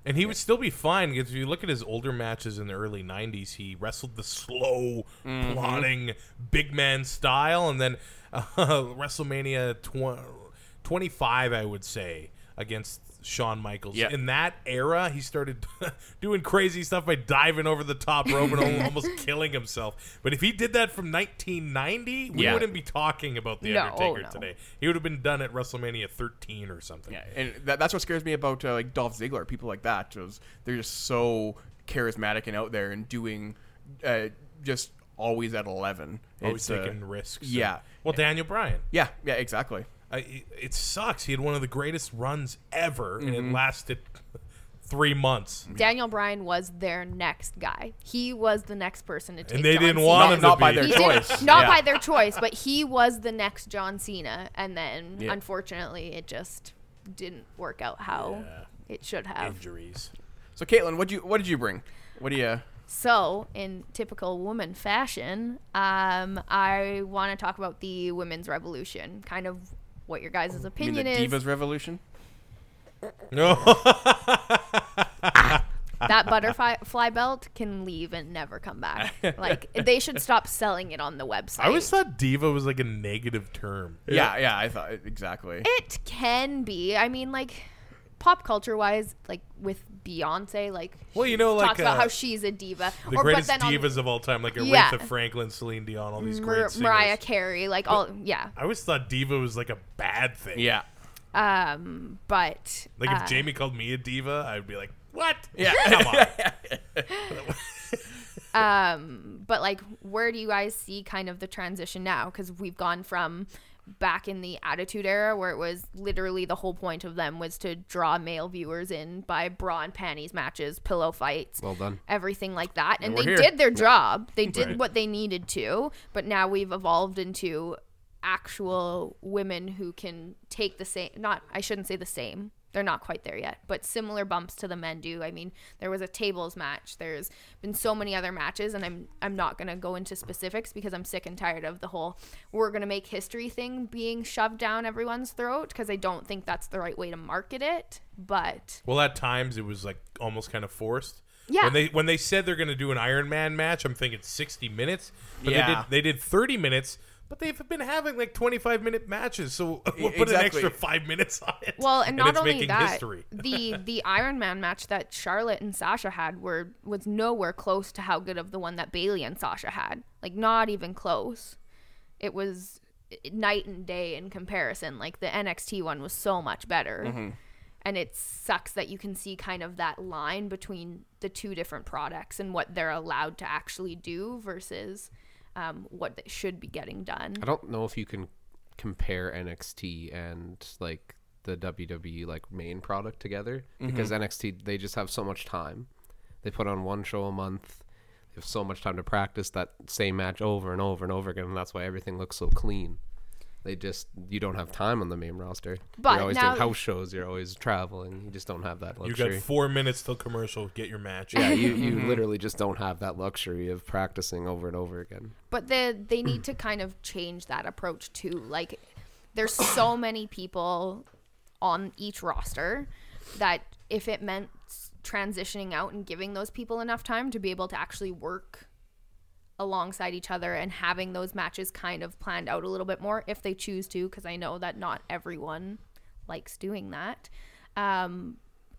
S1: And he would still be fine because if you look at his older matches in the early '90s, he wrestled the slow,
S4: Mm-hmm.
S1: plodding big man style, and then uh, WrestleMania tw- 25, I would say, against Shawn Michaels.
S4: Yeah.
S1: In that era, he started doing crazy stuff by diving over the top rope and al- almost killing himself. But if he did that from 1990, we
S4: Yeah.
S1: wouldn't be talking about the
S2: No, oh,
S1: Undertaker
S2: no.
S1: today. He would have been done at WrestleMania 13 or something.
S4: Yeah, and that, that's what scares me about uh, like Dolph Ziggler, people like that. Is they're just so charismatic and out there and doing uh, just always at eleven.
S1: Always
S4: It's, uh,
S1: taking risks. and-
S4: yeah.
S1: well, Daniel Bryan.
S4: yeah, yeah, exactly.
S1: I, it- it sucks. He had one of the greatest runs ever, and it lasted three months.
S2: Daniel Bryan was their next guy. He was the next person to take.
S1: they
S2: John
S1: didn't
S2: Cena.
S1: want
S4: Not,
S1: him
S4: not by
S1: be.
S4: their
S1: He
S2: He didn't-
S4: choice.
S2: not
S4: Yeah.
S2: by their choice, but he was the next John Cena, and then
S4: Yeah.
S2: unfortunately, it just didn't work out how
S1: Yeah.
S2: it should have.
S1: Injuries.
S4: So, Caitlin, what you what did you bring? What do you? Uh,
S2: So, in typical woman fashion, um, I want to talk about the women's revolution, kind of what your
S1: Oh,
S2: guys'
S4: you mean
S2: opinion
S4: the
S2: is.
S4: Divas Revolution?
S1: No.
S2: That butterfly fly belt can leave and never come back. Like they should stop selling it on the website.
S1: I always thought diva was like a negative term.
S4: Yeah, yeah, I thought exactly.
S2: it can be. I mean, like pop culture wise, like with Beyonce, like
S1: Well, you know,
S2: she
S1: like,
S2: talks about
S1: uh,
S2: how she's a diva,
S1: The
S2: but
S1: greatest
S2: then on
S1: divas of all time, like Aretha
S2: Yeah.
S1: Franklin, Celine Dion, all these
S2: Mar-
S1: great singers.
S2: Mariah Carey, like all yeah.
S1: I always thought diva was like a bad thing.
S4: yeah,
S2: Um, but
S1: Like if
S2: uh,
S1: Jamie called me a diva, I'd be like, What?
S4: Yeah.
S1: Come on.
S2: but like where do you guys see kind of the transition now because we've gone from back in the attitude era where it was literally the whole point of them was to draw male viewers in by bra and panties matches pillow fights
S5: Well done.
S2: everything like that and,
S1: And we're
S2: they
S1: here.
S2: did their job they did
S1: Right.
S2: what they needed to but now we've evolved into actual women who can take the same not i shouldn't say the same they're not quite there yet but similar bumps to the men do i mean there was a tables match there's been so many other matches and i'm i'm not going to go into specifics because i'm sick and tired of the whole we're going to make history thing being shoved down everyone's throat because i don't think that's the right way to market it but
S1: Well, at times it was like almost kind of forced.
S2: Yeah.
S1: When they when they said they're going to do an Iron Man match, I'm thinking 60 minutes, but
S4: Yeah.
S1: they did they did 30 minutes, but they've been having like 25 minute matches, so we'll put an
S4: exactly.
S1: extra 5 minutes on it.
S2: E-, Well, and, not
S1: it's
S2: only
S1: making
S2: that,
S1: history.
S2: the the Iron Man match that Charlotte and Sasha had were was nowhere close to how good of the one that Bailey and Sasha had. Like not even close. It was i- night and day in comparison. Like the NXT one was so much better.
S1: Mm-hmm.
S2: And it sucks that you can see kind of that line between the two different products and what they're allowed to actually do versus um, what they should be getting done.
S5: I don't know if you can compare NXT and like the WWE like main product together because
S1: Mm-hmm.
S5: NXT they just have so much time. They put on one show a month. They have so much time to practice that same match over and over and over again, and that's why everything looks so clean. They just you don't have time on the main roster.
S2: But
S5: you're always
S2: now-
S5: doing house shows. You're always traveling. You just don't have that
S1: you got Mm-hmm.
S5: luxury.
S1: 4 minutes till commercial, get your match.
S5: yeah, you, you literally just don't have that luxury of practicing over and over again.
S2: but the, they need to kind of change that approach too like there's so many people on each roster that if it meant s- transitioning out and giving those people enough time to be able to actually work alongside each other and having those matches kind of planned out a little bit more if they choose to because i know that not everyone likes doing that um,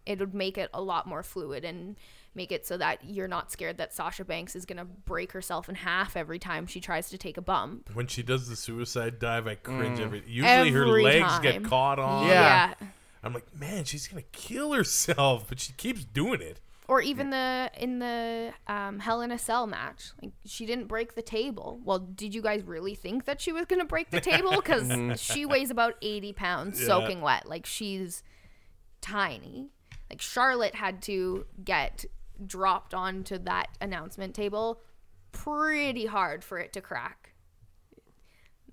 S2: it would make it a lot more fluid and make it so that you're not scared that Sasha Banks is going to break herself in half every time she tries to take a bump.
S1: When she does the suicide dive, I
S5: Mm.
S1: cringe every. Usually her
S2: Every
S1: legs
S2: time.
S1: get caught on.
S4: Yeah.
S1: I'm like, "Man, she's going to kill herself," but she keeps doing it.
S2: Or even the in the um, Hell in a Cell match, like she didn't break the table. Well, did you guys really think that she was gonna break the table? Because she weighs about eighty pounds, soaking wet. Like she's tiny. Like Charlotte had to get dropped onto that announcement table pretty hard for it to crack.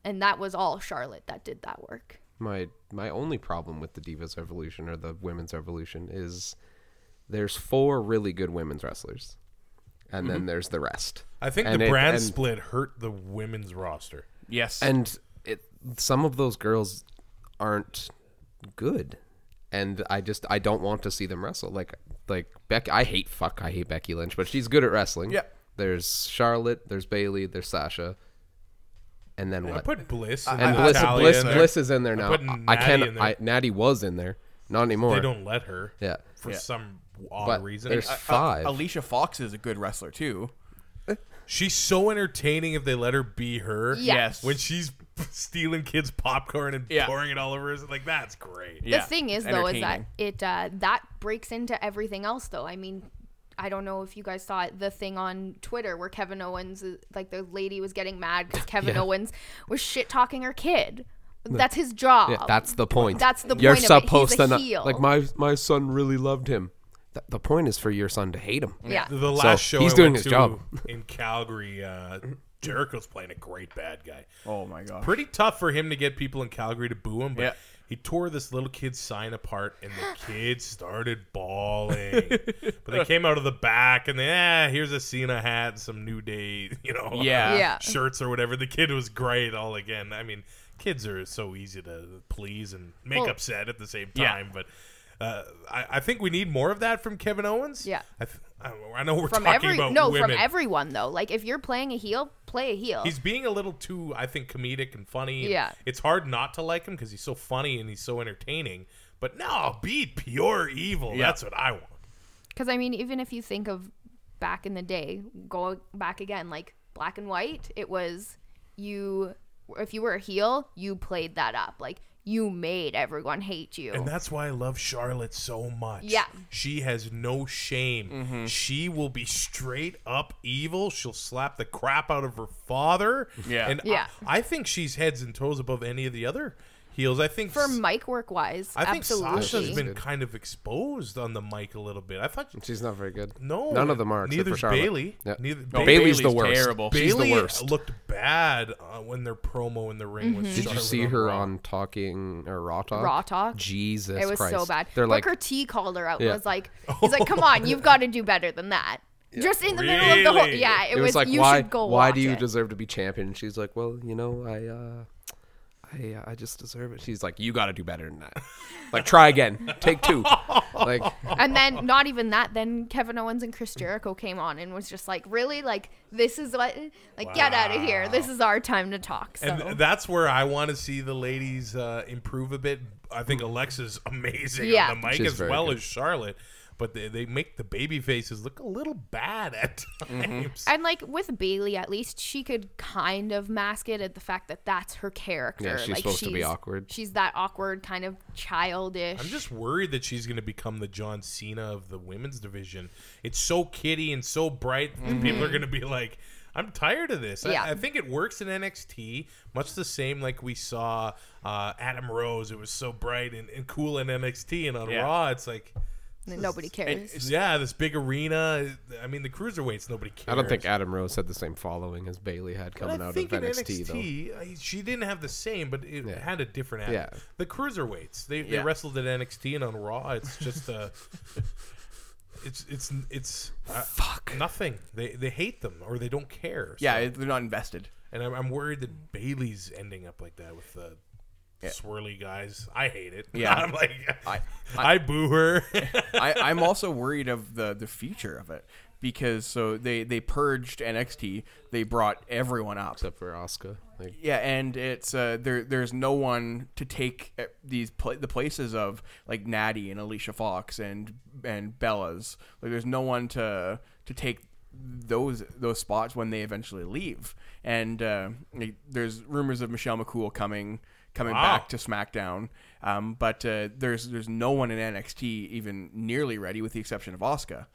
S2: And that was all Charlotte that did that work.
S5: my my only problem with the divas revolution or the women's revolution is there's four really good women's wrestlers and then there's the rest
S1: Mm-hmm. I think
S5: And
S1: the
S5: it-
S1: brand
S5: and-
S1: split hurt the women's roster.
S4: Yes.
S5: and it, some of those girls aren't good and i just i don't want to see them wrestle like like beck i hate fuck i hate becky lynch but she's good at wrestling
S4: Yeah.
S5: there's charlotte there's bailey there's sasha and then
S1: I
S5: what
S1: put Bliss
S5: and
S1: put
S5: bliss,
S1: Natalia
S5: bliss,
S1: in there.
S5: bliss is in there
S1: I
S5: now
S1: put
S5: i, I
S1: Natty in
S5: can't
S1: there.
S5: I, natty was in there not anymore
S1: They don't let her.
S5: Yeah.
S1: For some odd
S5: But
S1: reason. Uh,
S5: there's
S1: I-
S5: five.
S4: Uh, Alicia Fox is a good wrestler too.
S1: she's so entertaining if they let her be her.
S2: Yeah.
S4: Yes.
S1: When she's stealing kids' popcorn and
S4: Yeah.
S1: pouring it all over us, like that's great.
S2: the thing is though is that it uh, that breaks into everything else though i mean i don't know if you guys saw it, the thing on twitter where kevin owens is- like the lady was getting mad because kevin owens was shit talking her kid that's his job
S5: Yeah, that's the point.
S2: That's the
S5: You're
S2: point of it. He's
S5: supposed
S2: a
S5: to not
S2: heel.
S5: like my my son really loved him. Th- the point is for your son to hate him.
S2: yeah
S1: The last show
S5: So, he's
S1: I
S5: doing
S1: went
S5: his
S1: to
S5: job.
S1: in Calgary, uh, Jericho's playing a great bad guy.
S4: Oh my god.
S1: Pretty tough for him to get people in Calgary to boo him, but
S4: Yeah.
S1: he tore this little kid's sign apart, and the kid started bawling. but they came out of the back, and they, ah, here's a Cena hat, some New Day, you know,
S4: Yeah.
S2: Yeah.
S1: shirts or whatever. The kid was great all again. I mean, kids are so easy to please and make
S2: Well-
S1: upset at the same
S4: Yeah.
S1: time, but. Uh, I, I think we need more of that from Kevin Owens.
S2: Yeah.
S1: I, th- I, I know we're
S2: from
S1: talking
S2: every
S1: about
S2: no
S1: women.
S2: from everyone though like if you're playing a heel play a heel
S1: He's being a little too, I think, comedic and funny. and
S2: Yeah.
S1: It's hard not to like him because he's so funny and he's so entertaining. But no, be pure evil.
S4: Yeah.
S1: That's what I want.
S2: Because I mean, even if you think of back in the day, go back again, like black and white, it was you. If you were a heel, you played that up. Like you made everyone hate you.
S1: And that's why I love Charlotte so much.
S2: Yeah.
S1: She has no shame. She will be straight up evil. She'll slap the crap out of her father.
S4: Yeah.
S1: And I-
S2: Yeah.
S1: I, think she's heads and toes above any of the other heels. I think
S2: For mic work wise,
S1: I think
S2: absolutely.
S1: Sasha's been
S5: Good.
S1: kind of exposed on the mic a little bit. I thought
S5: She's not very good.
S1: no,
S5: none of them are. except for
S1: Neither's
S5: Charlotte.
S1: Bailey.
S5: Yeah.
S1: Neither
S4: No,
S1: Ba-
S5: Bailey's, the
S4: Bailey's
S5: worst.
S4: terrible.
S5: Oh, She's
S1: Bailey
S5: the worst.
S1: looked bad uh, when their promo in the ring was.
S5: Did you see her on talking or Raw Talk?
S2: Raw Talk?
S5: Jesus,
S2: It was
S5: Christ.
S2: so bad.
S5: They're like,
S2: Booker T called her out and
S5: Yeah.
S2: was like, he's like, come on, you've got to do better than that. Just in the middle of the whole,
S1: Really?
S2: yeah, it,
S5: it was, like,
S2: you
S5: why?
S2: should go
S5: why
S2: watch
S5: do you
S2: it.
S5: deserve to be champion? And she's like, well, you know, I, uh, I, uh, I just deserve it. She's like, you got to do better than that. like, try again. Take two. Like,
S2: and then not even that. Then Kevin Owens and Chris Jericho came on and was just like, really, like this is what, like get out of here. This is our time to talk. So
S1: And th- that's where I want to see the ladies uh, improve a bit. I think Alexa's amazing
S2: Yeah.
S1: on the mic
S5: She's
S1: as
S5: very
S1: well
S5: good.
S1: as Charlotte, but they, they make the baby faces look a little bad at
S5: Mm-hmm.
S1: times.
S2: and like with Bailey, at least she could kind of mask it at the fact that that's her character.
S5: Yeah, she's
S2: like,
S5: supposed to be awkward.
S2: She's that awkward kind of childish.
S1: I'm just worried that she's going to become the John Cena of the women's division. It's so kitty and so bright. that People are going to be like, I'm tired of this. I-
S2: Yeah.
S1: I, think it works in NXT, much the same like we saw uh, Adam Rose. It was so bright and, and cool in NXT, and on
S4: Yeah.
S1: Raw, it's like.
S2: nobody cares.
S1: Yeah, this big arena. I mean, the cruiserweights nobody cares.
S5: I don't think Adam Rose had the same following as Bailey had
S1: But
S5: coming
S1: I
S5: out
S1: think
S5: of
S1: in
S5: NXT, though.
S1: NXT, uh, she didn't have the same, but it had a different. Act.
S5: Yeah.
S1: the cruiserweights they, they
S4: Yeah.
S1: wrestled at NXT and on Raw. It's just uh it's it's it's uh,
S5: Fuck.
S1: nothing. They they hate them or they don't care. So-
S4: Yeah, it- they're not invested.
S1: and I'm, I'm worried that Bailey's ending up like that with the. Swirly guys, I hate it.
S4: Yeah.
S1: I'm like, I,
S4: I-
S1: boo her.
S4: I, I'm also worried of the the future of it because so they they purged NXT, they brought everyone up.
S5: Except for Oscar. Like,
S4: yeah, and it's uh, there. There's no one to take uh, these pla the places of like Natty and Alicia Fox and and Bella's. Like, there's no one to to take those those spots when they eventually leave. And uh, like, there's rumors of Michelle McCool coming coming
S1: Wow.
S4: back to SmackDown. Um, but uh, there's there's no one in NXT even nearly ready, with the exception of Oscar.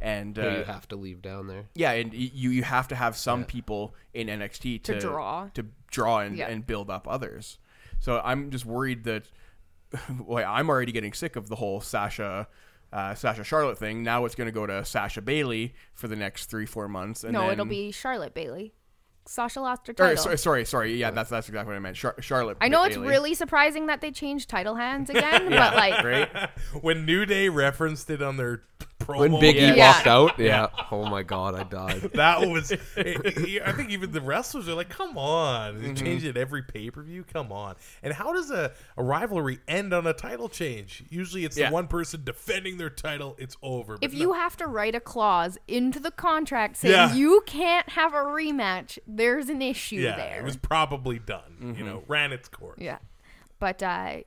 S4: And uh,
S5: who you have to leave down there.
S4: yeah, and y- you you have to have some people in NXT to,
S2: draw.
S4: to draw and,
S2: Yeah.
S4: and build up others. So I'm just worried that well, I'm already getting sick of the whole Sasha uh, Sasha Charlotte thing. Now it's going to go to Sasha Bailey for the next three four months. And
S2: no,
S4: then,
S2: it'll be Charlotte Bailey. Sasha lost her
S4: or,
S2: title.
S4: sorry, sorry, sorry. Yeah, that's that's exactly what I meant. Char- Charlotte.
S2: I know it's
S4: Bailey.
S2: really surprising that they changed title hands again, but like
S4: right.
S1: when New Day referenced it on their promo,
S5: When Big E
S2: Yeah.
S5: walked out, yeah. Oh my God, I died.
S1: That was. e, I think even the wrestlers are like, "Come on,
S4: Mm-hmm.
S1: they change it every pay per view. Come on." And how does a, a rivalry end on a title change? Usually, it's
S4: Yeah.
S1: the one person defending their title. It's over. but
S2: if you
S1: no-
S2: have to write a clause into the contract saying
S1: Yeah.
S2: you can't have a rematch, there's an issue
S1: yeah,
S2: there.
S1: it was probably done. You
S4: Mm-hmm.
S1: know, ran its course.
S2: yeah. But uh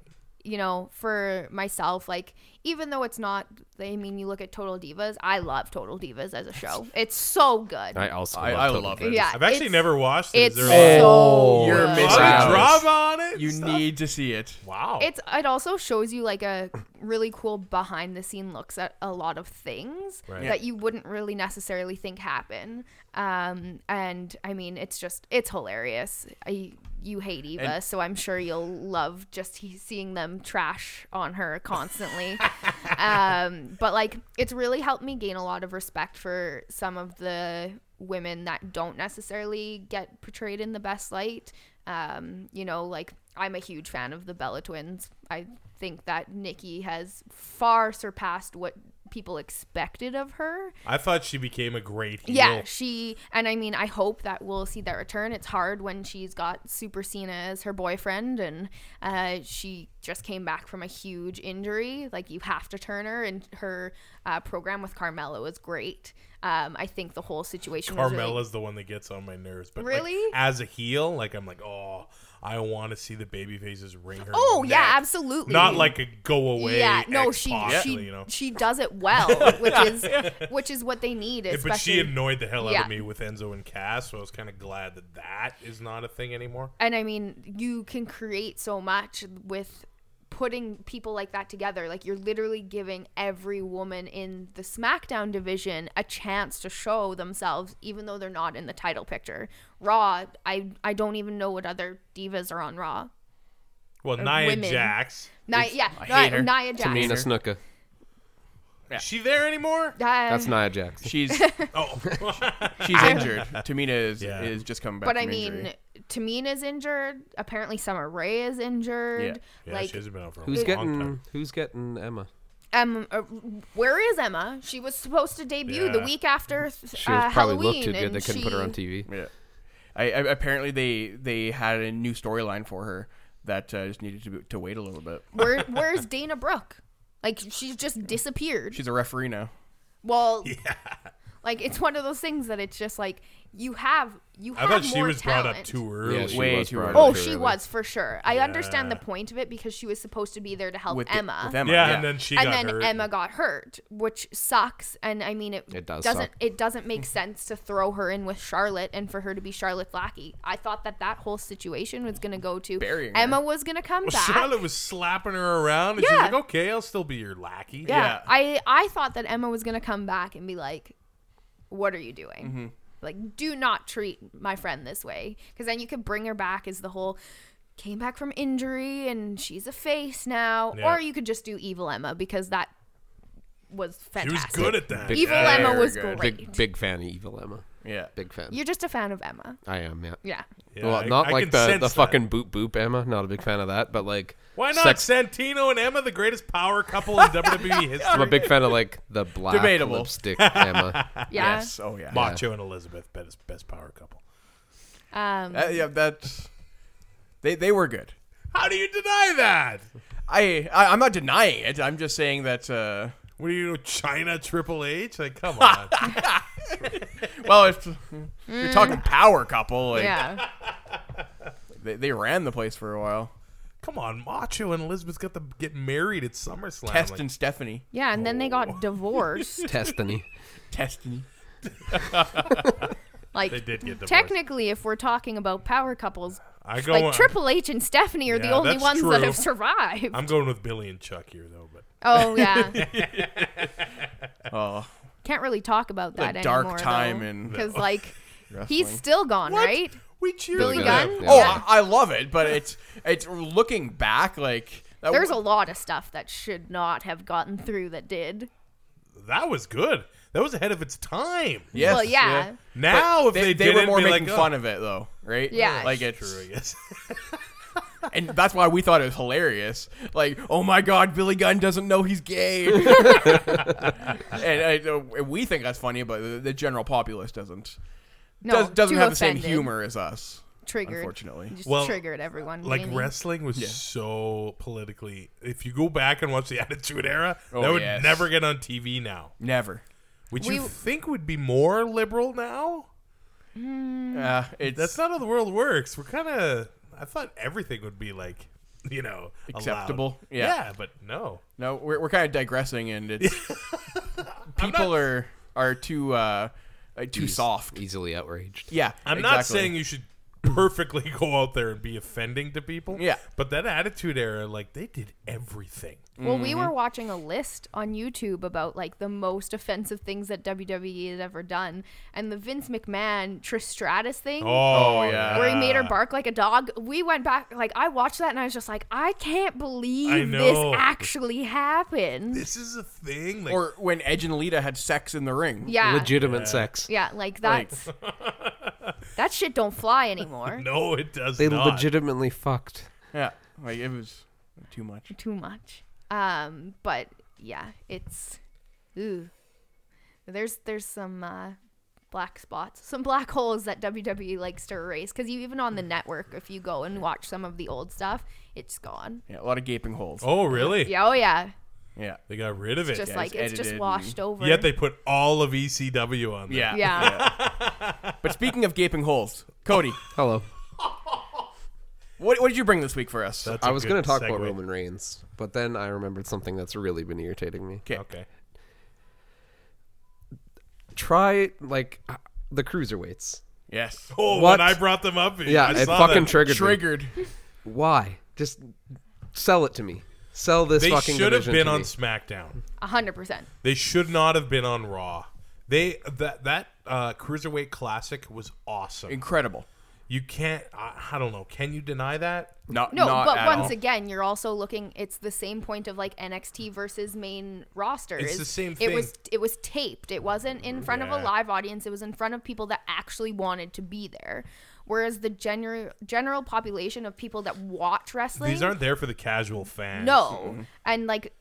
S2: you know, for myself, like even though it's not I mean, you look at Total Divas, I love Total Divas as a show. It's so good.
S5: I also
S4: I,
S5: love
S4: I
S5: Total
S4: love
S5: Divas.
S4: it.
S2: yeah.
S1: I've actually
S2: it's-
S1: never watched it. Is
S2: it's
S1: there
S2: so
S5: Oh,
S4: You're
S2: good.
S1: a
S4: missing
S1: lot
S5: Wow.
S1: of
S4: out.
S1: drama on it.
S4: You
S1: Stuff-
S4: need to see it.
S1: Wow.
S2: It's it also shows you like a really cool behind the scene looks at a lot of things
S1: Right.
S2: that you wouldn't really necessarily think happen. Um, and I mean, it's just it's hilarious. I, you hate Eva,
S4: And-
S2: so I'm sure you'll love just he, seeing them trash on her constantly. um, but like, it's really helped me gain a lot of respect for some of the women that don't necessarily get portrayed in the best light. Um, you know, like I'm a huge fan of the Bella twins. I think that Nikki has far surpassed what people expected of her.
S1: I thought she became a great heel.
S2: Yeah, she and I mean I hope that we'll see that return. It's hard when she's got Super Cena as her boyfriend and uh, she just came back from a huge injury. Like you have to turn her and her uh, program with Carmelo is great. Um, I think the whole situation was really-
S1: Carmella's the one that gets on my nerves. But like,
S2: Really?
S1: as a heel, like I'm like, oh, I want to see the baby faces ring her.
S2: Oh yeah,
S1: neck.
S2: absolutely.
S1: Not like a go away.
S2: yeah, no, she she
S1: you know.
S2: she does it well, which is which is what they need. Especially,
S1: but she annoyed the hell out
S2: Yeah.
S1: of me with Enzo and Cass, so I was kind of glad that that is not a thing anymore.
S2: and I mean, you can create so much with putting people like that together. Like you're literally giving every woman in the SmackDown division a chance to show themselves, even though they're not in the title picture. Raw, I I don't even know what other divas are on Raw.
S1: Well, Nia
S2: Uh, women.
S1: Jax,
S2: Nia, yeah,
S4: hate
S2: Nia,
S4: her.
S2: Nia Jax.
S5: Tamina Snuka.
S1: is she there anymore?
S2: Uh,
S5: That's Nia Jax.
S4: She's
S1: Oh,
S4: she's injured. Tamina is
S1: Yeah.
S4: is just coming back.
S2: But I
S4: from
S2: mean,
S4: injury.
S2: Tamina's injured. Apparently, Summer Rae is injured.
S1: yeah,
S2: like,
S1: she hasn't been out for a
S5: Who's
S1: long
S5: getting
S1: time.
S5: Who's getting Emma?
S2: um, uh, where is Emma? She was supposed to debut the
S1: Yeah.
S2: week after th-
S5: She
S2: uh,
S5: was probably
S2: Halloween,
S5: looked too good.
S2: and
S5: They couldn't put her on
S2: she-
S5: TV.
S4: yeah. I, I, apparently they they had a new storyline for her that uh, just needed to be, to wait a little bit.
S2: Where, where's Dana Brooke? Like she's just disappeared.
S4: She's a referee now.
S2: well, like it's one of those things that it's just like you have you
S1: I
S2: have
S1: thought she
S2: more
S1: was brought up
S2: talent.
S1: too early.
S5: she
S4: Way
S5: was
S4: too
S5: brought
S4: early.
S5: up
S2: Oh,
S5: too
S2: she
S5: early.
S2: was for sure. I understand the point of it because she was supposed to be there to help
S4: With the-
S2: Oh, Emma.
S4: with Emma.
S1: yeah,
S4: yeah.
S1: and then she
S2: and
S1: got
S2: then
S1: hurt.
S2: Emma got hurt, which sucks. And I mean, it,
S5: It does
S2: not
S5: suck.
S2: it doesn't make sense to throw her in with Charlotte and for her to be Charlotte Blackie. I thought that that whole situation was gonna go to
S4: Burying her.
S2: Emma was gonna come
S1: Well,
S2: back.
S1: Charlotte was slapping her around, and
S2: Yeah.
S1: she's like, "Okay, I'll still be your lackey."
S2: yeah.
S4: yeah.
S2: I I thought that Emma was gonna come back and be like, "What are you doing?"
S1: Mm-hmm.
S2: Like, do not treat my friend this way, because then you could bring her back as the whole came back from injury and she's a face now,
S1: Yeah.
S2: or you could just do evil Emma because that was
S1: she was
S2: fantastic.
S1: good at that.
S5: Big-
S2: Evil
S5: Yeah,
S2: Emma
S4: very
S2: was
S4: good.
S2: great.
S5: Big big fan of Evil Emma.
S4: Yeah.
S5: Big fan.
S2: You're just a fan of Emma.
S5: I am. Yeah.
S2: Yeah.
S1: Yeah,
S5: well,
S1: I-
S5: not
S1: I
S5: like
S1: can
S5: the,
S1: sense
S5: the
S1: that.
S5: fucking boop boop Emma. Not a big fan of that, but like
S1: Why not
S5: sex-
S1: Santino and Emma, the greatest power couple in WWE history?
S5: I'm a big fan of like the black
S4: Debatable.
S5: lipstick Emma.
S2: Yeah.
S4: Yes. Oh yeah.
S1: Macho and Elizabeth, best best power couple.
S2: Um,
S4: Uh, yeah. That's they they were good.
S1: How do you deny that?
S4: I, I I'm not denying it. I'm just saying that. Uh,
S1: What are you, China Triple H? Like, come on.
S4: well, if you're talking power couple, like
S2: Mm. yeah.
S4: they, they ran the place for a while.
S1: Come on, Macho and Elizabeth got to get married at SummerSlam.
S4: Test
S1: Like,
S4: and Stephanie.
S2: Yeah. And then they got divorced.
S5: Destiny.
S4: Testany.
S2: Like,
S1: they did get divorced.
S2: technically, if we're talking about power couples,
S1: I go
S2: like
S1: on-
S2: Triple H and Stephanie are the
S1: Yeah,
S2: only
S1: that's
S2: ones that
S1: true.
S2: have survived.
S1: I'm going with Billy and Chuck here, though. But
S2: oh yeah.
S4: Oh,
S2: Can't really talk about that
S4: a
S2: anymore.
S4: dark time in
S2: because like he's
S4: wrestling.
S2: still gone, right?
S1: we cheered
S2: Billy
S1: for
S2: Gunn.
S1: them.
S5: Yeah.
S4: Oh, I, I love it, but it's it's looking back like that
S2: There's a lot of stuff that should not have gotten through that did.
S1: That was good. That was ahead of its time.
S4: yes,
S2: well, yeah.
S1: Now, if
S4: They,
S1: they,
S4: they,
S1: did
S4: were
S1: it,
S4: more
S1: be
S4: making
S1: like, "Oh,
S4: fun of it though, right?
S2: Yeah.
S4: like
S1: it.
S4: it's
S1: True, yes.
S4: and that's why we thought it was hilarious. Like, oh my God, Billy Gunn doesn't know he's gay, and uh, we think that's funny, but the, the general populace doesn't
S2: No,
S4: does, doesn't
S2: too
S4: have the
S2: offended.
S4: same humor as us.
S2: Triggered.
S4: unfortunately.
S2: You just
S1: Well,
S2: triggered everyone.
S1: like
S2: really.
S1: wrestling was so politically. If you go back and watch the Attitude Era, that would
S4: Oh, yes.
S1: never get on TV now.
S4: Never.
S1: Which
S2: We-
S1: you think would be more liberal now?
S2: Mm-hmm.
S4: Uh, it's
S1: That's not how the world works. We're kind of. I thought everything would be like, you know, allowed.
S4: Acceptable, yeah.
S1: yeah, but no.
S4: no. We're, we're kind of digressing, and it's people are are too uh, uh, too
S5: Eas-
S4: soft.
S5: Easily outraged.
S4: Yeah,
S1: I'm not
S4: exactly.
S1: saying you should perfectly go out there and be offending to people.
S4: Yeah.
S1: But that attitude era, like they did everything.
S2: Well, we were watching a list on YouTube about like the most offensive things that WWE has ever done, and the Vince McMahon Trish Stratus thing.
S1: Oh,
S4: yeah.
S2: Where he made her bark like a dog. We went back, like, I watched that and I was just like, I can't believe
S1: know.
S2: this actually happened.
S1: This is a thing. Like,
S4: Or when Edge and Lita had sex in the ring.
S2: Yeah.
S5: Legitimate sex.
S2: Yeah, like that's that shit don't fly anymore.
S1: no, it does
S5: They
S1: not.
S5: legitimately fucked.
S4: Yeah, like it was too much.
S2: Too much. Um, but yeah, it's ooh. There's there's some uh, black spots, some black holes that WWE likes to erase. Because you even on the network, if you go and watch some of the old stuff, it's gone.
S4: Yeah, a lot of gaping holes.
S1: oh, really?
S2: Yeah, oh yeah,
S4: Yeah.
S1: They got rid of it.
S2: just
S4: Yeah,
S2: like
S4: it's
S2: it's, just
S4: edited
S2: washed
S4: and-
S2: over.
S1: Yet they put all of ECW on there.
S4: Yeah.
S2: yeah.
S4: But speaking of gaping holes, Cody,
S5: Hello.
S4: What, what did you bring this week for us?
S1: That's
S5: I
S1: a
S5: was
S1: good
S5: going to talk about
S1: segue.
S5: Roman Reigns, but then I remembered something that's really been irritating me.
S1: Okay.
S5: Try like the cruiserweights.
S4: yes.
S1: Oh,
S5: What?
S1: when I brought them up,
S5: Yeah,
S1: I
S5: it
S1: saw
S5: fucking
S1: that.
S5: triggered. me.
S4: Triggered.
S5: Why? Just sell it to me. Sell this
S1: They
S5: fucking.
S1: should have
S5: division
S1: been
S5: to
S1: on
S5: me.
S1: SmackDown.
S2: hundred percent.
S1: They should not have been on Raw. They that that uh, cruiserweight classic was awesome.
S4: Incredible.
S1: You can't. I, I don't know. Can you deny that?
S4: Not,
S2: No,
S4: not
S2: but
S4: at
S2: once
S4: all.
S2: again, you're also looking. It's the same point of like NXT versus main roster.
S1: It's
S2: is
S1: the same
S2: It
S1: thing.
S2: was it was taped. It wasn't in front of
S1: Yeah.
S2: a live audience. It was in front of people that actually wanted to be there. Whereas the general general population of people that watch wrestling,
S1: These aren't there for the casual fans.
S2: no, and like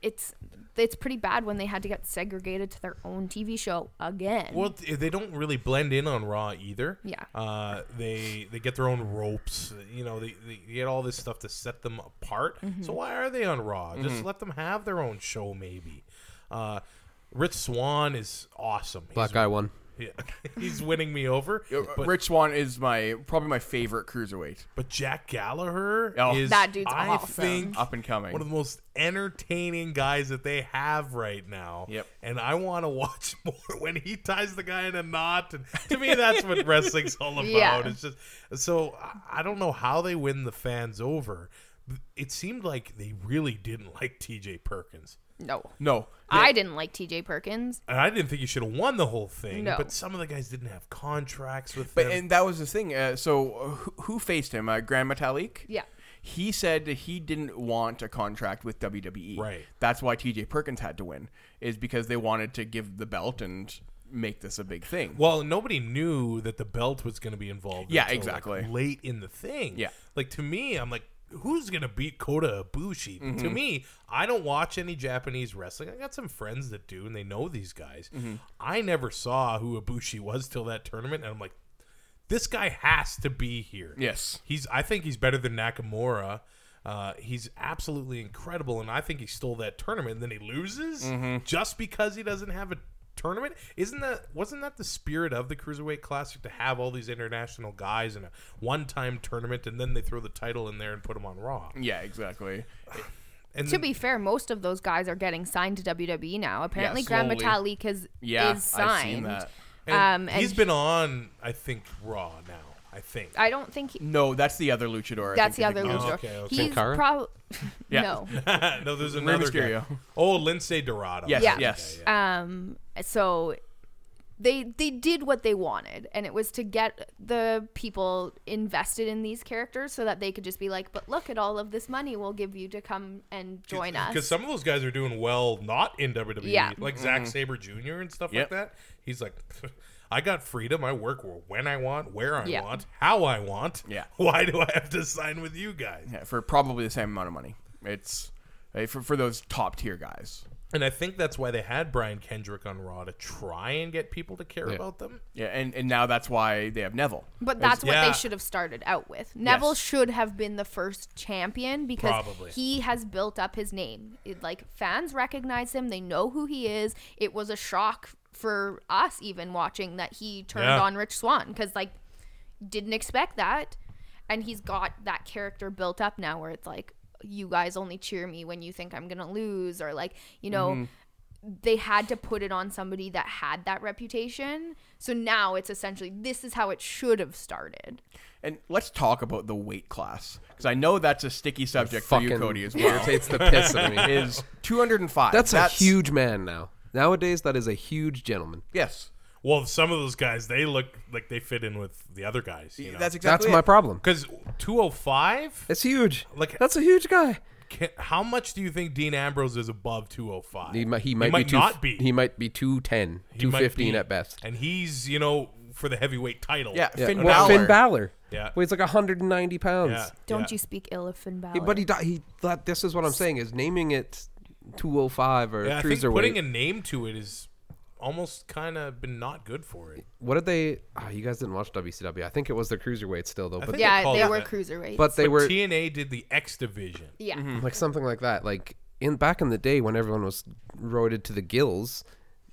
S2: it's it's pretty bad when they had to get segregated to their own TV show again.
S1: Well, th- they don't really blend in on Raw either.
S2: Yeah.
S1: Uh, they they get their own ropes. You know, they, they get all this stuff to set them apart.
S2: Mm-hmm.
S1: So why are they on Raw? Just
S5: Mm-hmm.
S1: let them have their own show, maybe. Uh, Rich Swan is awesome. He's-
S5: Black uh, guy one.
S1: yeah, he's winning me over. But,
S4: Uh, Rich Swan is my probably my favorite cruiserweight.
S1: but Jack Gallagher
S4: Oh.
S1: is
S2: That dude's
S1: I
S2: awesome.
S1: think
S4: Up and coming.
S1: one of the most entertaining guys that they have right now.
S4: Yep.
S1: And I want to watch more when he ties the guy in a knot. And to me, that's what wrestling's all about.
S2: Yeah.
S1: It's just so I- I don't know how they win the fans over. It seemed like they really didn't like T.J. Perkins,
S2: no,
S4: No.
S2: I didn't like T.J. Perkins.
S1: and I didn't think he should have won the whole thing.
S2: No.
S1: But some of the guys didn't have contracts with
S4: But
S1: them.
S4: and that was the thing. Uh, so uh, who, who faced him? Uh, Grand Metalik.
S2: Yeah.
S4: He said he didn't want a contract with WWE.
S1: Right.
S4: That's why T.J. Perkins had to win, is because they wanted to give the belt and make this a big thing.
S1: Well, nobody knew that the belt was going to be involved.
S4: Yeah,
S1: until,
S4: exactly.
S1: Like, late in the thing.
S4: Yeah.
S1: Like to me, I'm like, who's going to beat Kota Ibushi?
S4: Mm-hmm.
S1: To me, I don't watch any Japanese wrestling. I got some friends that do, and they know these guys.
S4: Mm-hmm.
S1: I never saw who Ibushi was till that tournament, and I'm like, this guy has to be here.
S4: Yes.
S1: He's. I think he's better than Nakamura. Uh, he's absolutely incredible, and I think he stole that tournament. And then he loses
S2: Mm-hmm.
S1: just because he doesn't have a tournament. Isn't that wasn't that the spirit of the cruiserweight classic to have all these international guys in a one-time tournament, and then they throw the title in there and put them on Raw?
S4: yeah, exactly.
S1: And
S4: Mm.
S2: To be fair, most of those guys are getting signed to WWE now. Apparently, Grand
S4: slowly.
S2: Metalik is
S4: Yeah,
S2: is
S4: I've
S2: signed.
S4: seen that.
S2: Um, and
S1: he's been on, I think, Raw now. I think.
S2: I don't think he,
S4: No, that's the other luchador. I
S2: that's the
S4: think
S2: other
S4: you're thinking
S2: loser.
S1: okay, okay.
S2: He's
S5: Sin Cara?
S2: probably
S4: Yeah.
S2: no.
S1: no, there's another guy.
S4: Mysterio.
S1: Oh, Lindsay Dorado.
S4: Yes,
S2: Yeah.
S4: yes.
S2: Um, so they they did what they wanted, and it was to get the people invested in these characters so that they could just be like, "But look at all of this money we'll give you to come and join
S1: Because
S2: us."
S1: some of those guys are doing well not in WWE.
S2: Yeah.
S1: Like
S5: Mm-hmm.
S1: Zack Sabre Jr. and stuff like
S4: Yep.
S1: that. He's like, I got freedom. I work when I want, where I
S2: Yeah.
S1: want, how I want.
S4: Yeah.
S1: Why do I have to sign with you guys?
S4: Yeah, for probably the same amount of money. It's uh, for, for those top tier guys.
S1: And I think that's why they had Brian Kendrick on Raw to try and get people to care about them.
S4: Yeah, and, and now that's why they have Neville.
S2: But that's what
S1: yeah.
S2: they should have started out with. Neville
S4: Yes.
S2: should have been the first champion because
S1: Probably.
S2: he has built up his name. It, like fans recognize him, they know who he is. It was a shock for us even watching that he turned
S1: Yeah.
S2: on Rich Swan cuz like didn't expect that and he's got that character built up now where it's like you guys only cheer me when you think I'm going to lose or like, you know, they had to put it on somebody that had that reputation. So now it's essentially this is how it should have started.
S4: And let's talk about the weight class because I know that's a sticky subject for you,
S5: Fucking
S4: Cody, as well.
S5: irritates the piss out of me.
S4: is 205.
S5: That's, a huge man now. Nowadays, that is a huge gentleman.
S4: Yes,
S1: Well, some of those guys, they look like they fit in with the other guys. You know? oh
S4: that's exactly.
S5: That's my
S4: it.
S5: problem.
S1: Because 205,
S5: It's huge.
S1: Like-
S5: that's a huge guy.
S1: can, how much do you think Dean Ambrose is above 205?
S5: He might. He might, be two,
S1: not be.
S5: He might be 210,
S1: He might
S5: 215
S1: be.
S5: at best.
S1: And he's, you know, for the heavyweight title.
S4: Yeah,
S5: Yeah.
S4: Finn
S5: well,
S4: Balor.
S5: Finn Balor.
S1: Yeah.
S5: Weighs like 190 pounds.
S1: Yeah,
S2: Don't
S1: yeah.
S2: you speak ill of Finn Balor?
S5: Hey, but he, di- he that, this is what I'm saying is naming it 205 or
S1: Yeah, I think
S5: cruiserweight.
S1: putting a name to it is almost kind of been not good for it.
S5: what did they? Oh, you guys didn't watch WCW. I think it was the cruiserweight still though, but
S1: think
S2: yeah,
S1: called
S2: they
S1: it
S2: were
S1: that.
S2: cruiserweights.
S5: but they
S1: But
S5: were
S1: TNA did the X division.
S2: yeah.
S5: like something like that. Like in back in the day when everyone was roided to the gills,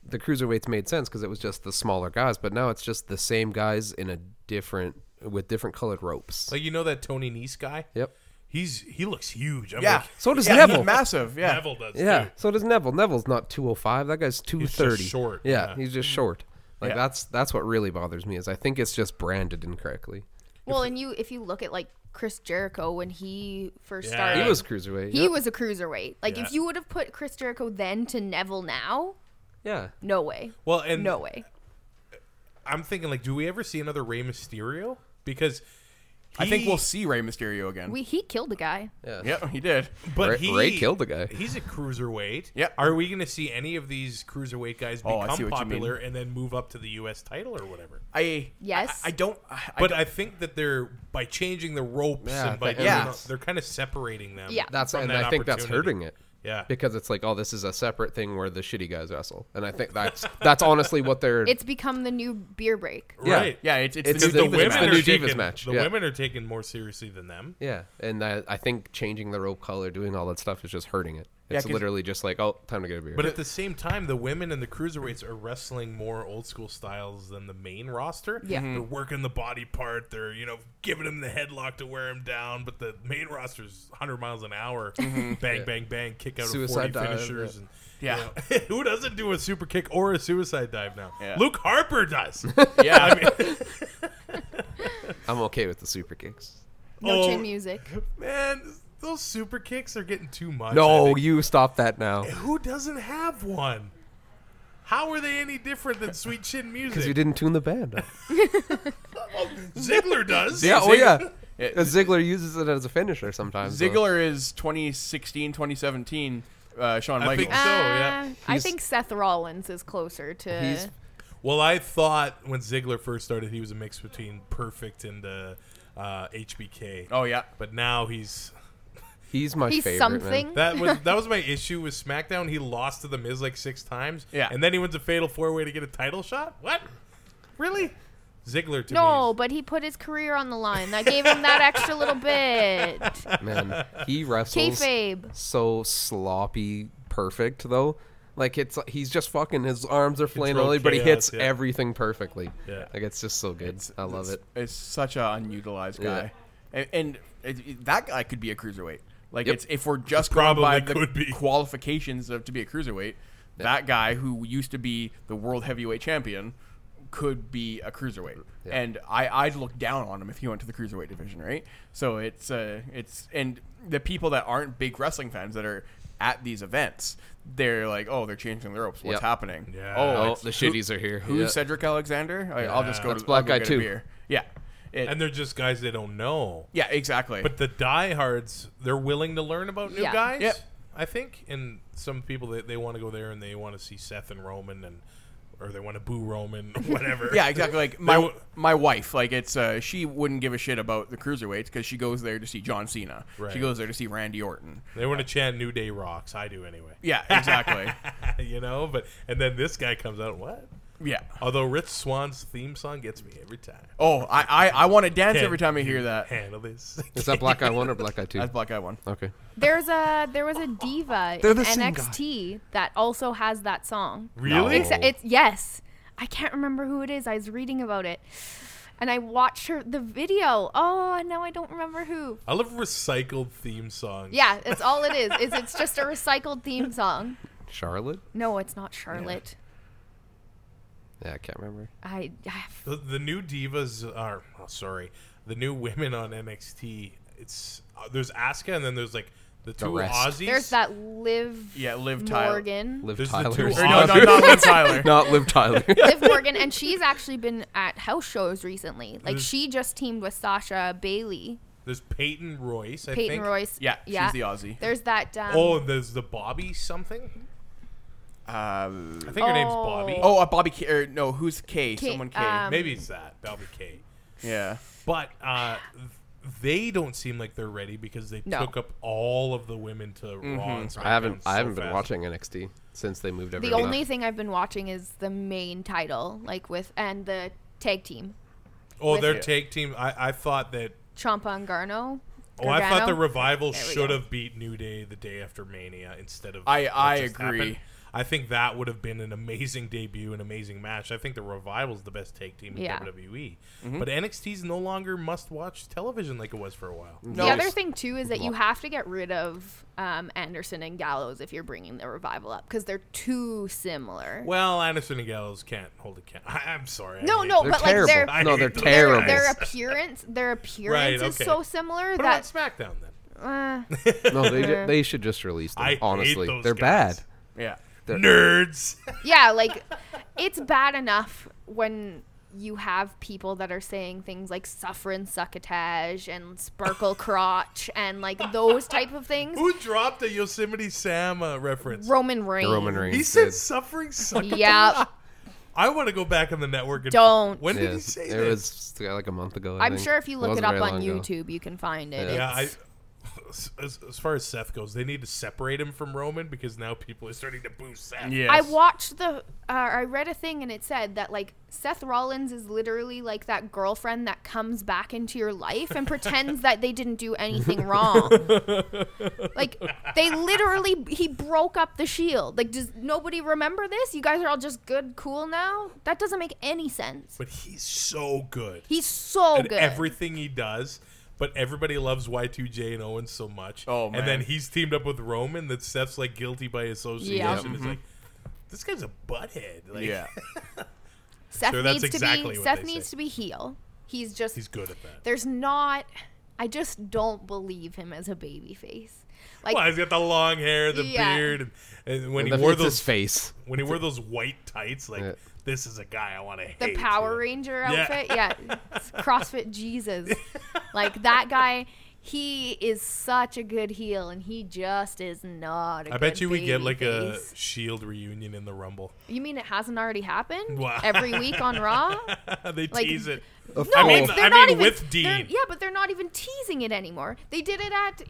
S5: the cruiserweights made sense because it was just the smaller guys. But now it's just the same guys in a different with different colored ropes.
S1: Like you know that Tony Nese guy?
S5: yep.
S1: He's he looks huge. I'm
S4: Yeah.
S1: like,
S5: So does
S4: yeah, he's
S5: Neville.
S4: Massive. Yeah.
S1: Neville does.
S5: Yeah.
S1: too.
S5: So does Neville. Neville's not 205. That guy's 230.
S1: short,
S5: Yeah,
S1: yeah.
S5: He's just short. Like
S1: Yeah.
S5: that's that's what really bothers me is I think it's just branded incorrectly.
S2: Well, and you if you look at like Chris Jericho when he first
S1: Yeah.
S2: started,
S5: He was cruiserweight.
S2: he
S5: yep.
S2: was a cruiserweight. Like
S1: Yeah.
S2: if you would have put Chris Jericho then to Neville now,
S5: Yeah.
S2: no way,
S1: Well, and
S2: no way.
S1: I'm thinking like, do we ever see another Rey Mysterio? Because
S4: I think
S1: he-
S4: we'll see Rey Mysterio again.
S2: We he killed a guy.
S5: Yeah.
S4: yeah, he did.
S1: But
S5: Ray-
S1: he,
S5: Ray killed the guy.
S1: He's a cruiserweight.
S4: Yeah.
S1: Are we going to see any of these cruiserweight guys
S4: Oh, I
S1: become
S4: see what you mean.
S1: popular and then move up to the U.S. title or whatever?
S4: I
S2: Yes.
S4: I, I don't. I,
S1: But I, think that they're by changing the ropes
S5: Yeah,
S1: and by
S5: that-
S1: doing
S4: yeah.
S1: all- they're kind of separating them.
S2: Yeah.
S5: That's
S1: from
S5: and
S1: that
S5: I think that's
S1: opportunity.
S5: hurting it.
S1: Yeah.
S5: Because it's like, oh, this is a separate thing where the shitty guys wrestle, and I think that's that's honestly what they're.
S2: It's become the new beer break.
S5: yeah.
S1: Right.
S4: yeah, it's, it's,
S5: It's
S4: the,
S5: the
S4: new Divas
S5: women
S4: match.
S5: the new Divas
S1: taken,
S5: match,
S1: The
S5: yeah.
S1: women are taken more seriously than them.
S5: yeah, and I, I think changing the rope color, doing all that stuff, is just hurting it.
S4: Yeah,
S5: It's
S4: 'cause-
S5: literally just like, oh, time to get a beer.
S1: But at the same time, the women and the cruiserweights are wrestling more old school styles than the main roster.
S2: Yeah. Mhm.
S5: Mm-hmm.
S1: They're working the body part. They're, you know, giving him the headlock to wear him down. But the main roster's 100 miles an hour.
S4: Mm-hmm.
S1: Bang, bang, bang, kick out
S5: Suicide
S1: of 40
S5: dive,
S1: finishers.
S5: yeah.
S1: And,
S4: Yeah.
S1: you know, who doesn't do a super kick or a suicide dive now?
S4: Yeah.
S1: Luke Harper does.
S4: Yeah,
S1: I mean,
S5: I'm okay with the super kicks.
S2: No
S1: Oh.
S2: chin music.
S1: man, those super kicks are getting too much. I
S5: No,
S1: think.
S5: you stop that now.
S1: Who doesn't have one? How are they any different than Sweet Chin
S5: Because
S1: Music?
S5: you didn't tune the band. up.
S1: Ziggler does.
S5: yeah, oh
S4: Zig-
S5: yeah.
S4: Yeah.
S5: Uh, Ziggler uses it as a finisher sometimes. though.
S4: Ziggler is 2016, 2017. Uh, Shawn
S1: I
S4: Michaels.
S1: think- So, yeah.
S2: Uh, I
S5: He's-
S2: think Seth Rollins is closer to.
S5: He's-
S1: Well, I thought when Ziggler first started, he was a mix between Perfect and uh, uh, HBK.
S4: oh yeah.
S1: But now he's
S5: He's my
S2: he's
S5: favorite. man.
S2: something.
S1: that was that was my issue with SmackDown. He lost to the Miz like six times.
S4: Yeah.
S1: and then he wins a Fatal Four Way to get a title shot. What? Really? Ziggler to
S2: no,
S1: me.
S2: but he put his career on the line. That gave him that extra little bit.
S5: Man, he wrestles
S2: Kayfabe.
S5: so sloppy, perfect though. Like it's he's just fucking his arms are flailing,
S1: Control
S5: only, but he
S1: chaos,
S5: hits
S1: yeah.
S5: everything perfectly.
S1: Yeah.
S5: like it's just so good. I love it.
S4: It's such a unutilized guy, and, and it, it- that guy could be a cruiserweight. Like
S5: Yep.
S4: it's if we're just going
S1: Probably
S4: by the
S1: could be.
S4: qualifications of to be a cruiserweight, that guy who used to be the world heavyweight champion could be a cruiserweight. And I I'd look down on him if he went to the cruiserweight division, right? So it's uh it's and the people that aren't big wrestling fans that are at these events, they're like, oh, they're changing the ropes. What's
S5: Yep.
S4: happening?
S1: Yeah.
S5: Oh,
S4: it's-
S5: the
S4: who-
S5: shitties are here.
S4: Who's
S5: Yeah.
S4: Cedric Alexander? I, I'll just go
S5: That's
S4: to
S5: Black
S4: I'll go
S5: Guy
S4: get a
S5: too.
S4: beer. Yeah. It-
S1: and they're just guys they don't know.
S4: yeah, exactly.
S1: But the diehards, they're willing to learn about new
S2: Yeah.
S1: guys.
S4: Yep.
S1: I think, and some people they, they want to go there and they want to see Seth and Roman and or they want to boo Roman, whatever.
S4: yeah, exactly. Like my
S1: w-
S4: my wife, like it's uh, she wouldn't give a shit about the cruiserweights because she goes there to see John Cena.
S1: Right.
S4: She goes there to see Randy Orton.
S1: They want to chant "New Day rocks." I do anyway.
S4: Yeah, exactly.
S1: you know, but and then this guy comes out. What?
S4: yeah.
S1: Although Rich Swan's theme song gets me every time.
S4: Oh, I I, I want to dance
S1: Can
S4: every time I hear that.
S1: Handle this.
S5: Is that Black Eye One or Black Eye Two?
S4: That's Black Eye One.
S5: Okay.
S2: There's a there was a diva
S5: They're
S2: in
S5: the same guy.
S2: NXT that also has that song.
S1: really?
S5: No.
S2: Except it's yes. I can't remember who it is. I was reading about it. And I watched her the video. Oh, now I don't remember who.
S1: I love recycled theme songs.
S2: Yeah, it's all it is. Is it's just a recycled theme song.
S5: Charlotte.
S2: No, it's not Charlotte.
S5: Yeah, I can't remember.
S2: I, I
S1: The, the new divas are oh, sorry, the new women on NXT. It's uh, there's Asuka and then there's like the two
S5: rest.
S1: Aussies.
S2: there's that Liv
S4: Yeah, Liv Tyler.
S2: Morgan.
S5: Liv
S1: There's the
S5: Tyler.
S1: two
S4: Or no, Uh, no, not Liv Tyler.
S5: Not Liv Tyler.
S2: Liv Morgan, and she's actually been at house shows recently. Like
S1: There's-
S2: she just teamed with Sasha Bailey,
S1: There's Peyton Royce. I
S2: Peyton
S1: think.
S2: Royce.
S4: Yeah, she's the Aussie.
S2: There's that. Um,
S1: Oh, and there's the Bobby something. I
S4: Um,
S1: think her name's
S2: Oh.
S1: Bobby.
S4: oh, uh, Bobby K. Or, no, who's K?
S2: K-
S4: Someone K.
S2: um,
S1: maybe it's that Bobby K.
S4: yeah.
S1: But uh, th- they don't seem like they're ready because they
S2: No.
S1: took up all of the women to Raw. And
S5: Mm-hmm. I haven't.
S1: SmackDown
S5: I
S1: so
S5: haven't been
S1: fast.
S5: watching NXT since they moved
S2: the
S5: everyone.
S2: only
S5: up.
S2: thing I've been watching is the main title, like with and the tag team,
S1: Oh,
S2: with-
S1: their
S2: Yeah.
S1: tag team. I, I thought that.
S2: Champa and Gargano.
S1: Oh, I thought the
S2: Gargano.
S1: revival
S2: There we
S1: should
S2: go.
S1: have beat New Day the day after Mania instead of.
S4: I-
S1: what
S4: I
S1: just
S4: agree.
S1: happened. I think that would have been an amazing debut, an amazing match. I think the revival's the best tag team in
S2: Yeah.
S1: WWE.
S5: Mm-hmm.
S1: But NXT's no longer must watch television like it was for a while.
S4: No.
S2: The other thing too is that you have to get rid of um, Anderson and Gallows if you're bringing the revival up because they're too similar.
S1: Well, Anderson and Gallows can't hold a can. I, I'm sorry. I
S2: no,
S1: hate
S2: no,
S1: them.
S5: They're
S2: but
S5: terrible.
S2: like their
S1: I
S5: no,
S1: hate
S5: they're
S1: them.
S5: terrible.
S2: their appearance, their appearance is
S1: okay.
S2: so similar
S1: Put 'em on
S2: that
S1: SmackDown then.
S5: no, they ju- they should just release them.
S1: I hate
S5: honestly,
S1: those
S5: they're
S1: guys.
S5: bad.
S4: Yeah.
S1: Nerds.
S2: yeah, like it's bad enough when you have people that are saying things like suffer and succotash and sparkle crotch and like those type of things.
S1: Who dropped a Yosemite Sam uh, reference?
S2: Roman Reigns.
S5: Roman Reigns.
S1: he said suffering suck.
S2: Yeah,
S1: I want to go back on the network. And
S2: Don't.
S1: When did
S5: Yeah,
S1: he say
S5: it
S1: that?
S5: was uh, like a month ago. I
S2: I'm
S5: think.
S2: sure if you look it
S5: wasn't
S2: up
S5: very
S2: on
S5: long ago.
S2: YouTube, you can find it.
S1: yeah, I,
S2: It's-
S1: as, as far as Seth goes, they need to separate him from Roman because now people are starting to boo Seth.
S4: Yes.
S2: I watched the. Uh, I read a thing and it said that like Seth Rollins is literally like that girlfriend that comes back into your life and pretends that they didn't do anything wrong. like they literally he broke up the Shield. Like does nobody remember this? You guys are all just good, cool now. That doesn't make any sense.
S1: But he's so good.
S2: He's so
S1: at
S2: good.
S1: everything he does. But everybody loves Y2J and Owens so much.
S4: Oh, man.
S1: And then he's teamed up with Roman that Seth's like guilty by association.
S2: Yeah.
S1: It's like this guy's a butthead. Like,
S4: Mm-hmm. Yeah.
S2: Seth
S1: Sure, that's
S2: needs
S1: exactly
S2: to
S1: what
S2: be Seth
S1: they
S2: needs
S1: say.
S2: to be heel. He's just
S1: He's good at that.
S2: there's not. I just don't believe him as a baby face. Like
S1: Well, he's got the long hair, the
S2: Yeah.
S1: beard, and, and when
S5: And
S1: he
S5: the-
S1: wore
S5: it's his
S1: those
S5: face.
S1: when he wore those white tights, like
S5: Yeah.
S1: this is a guy I want to hate.
S2: the Power
S1: Yeah.
S2: Ranger
S1: Yeah.
S2: outfit. Yeah. It's CrossFit Jesus. like that guy, he is such a good heel and he just is not I
S1: I bet you we get like a Shield reunion in the Rumble.
S2: You mean it hasn't already happened?
S1: Wow.
S2: Every week on Raw?
S1: they
S2: Like,
S1: tease it.
S5: Of
S2: No,
S1: I mean-
S2: they're
S1: I
S2: not
S1: mean
S2: even,
S1: with
S2: they're-
S1: Dean.
S2: Yeah, but they're not even teasing it anymore. They did it at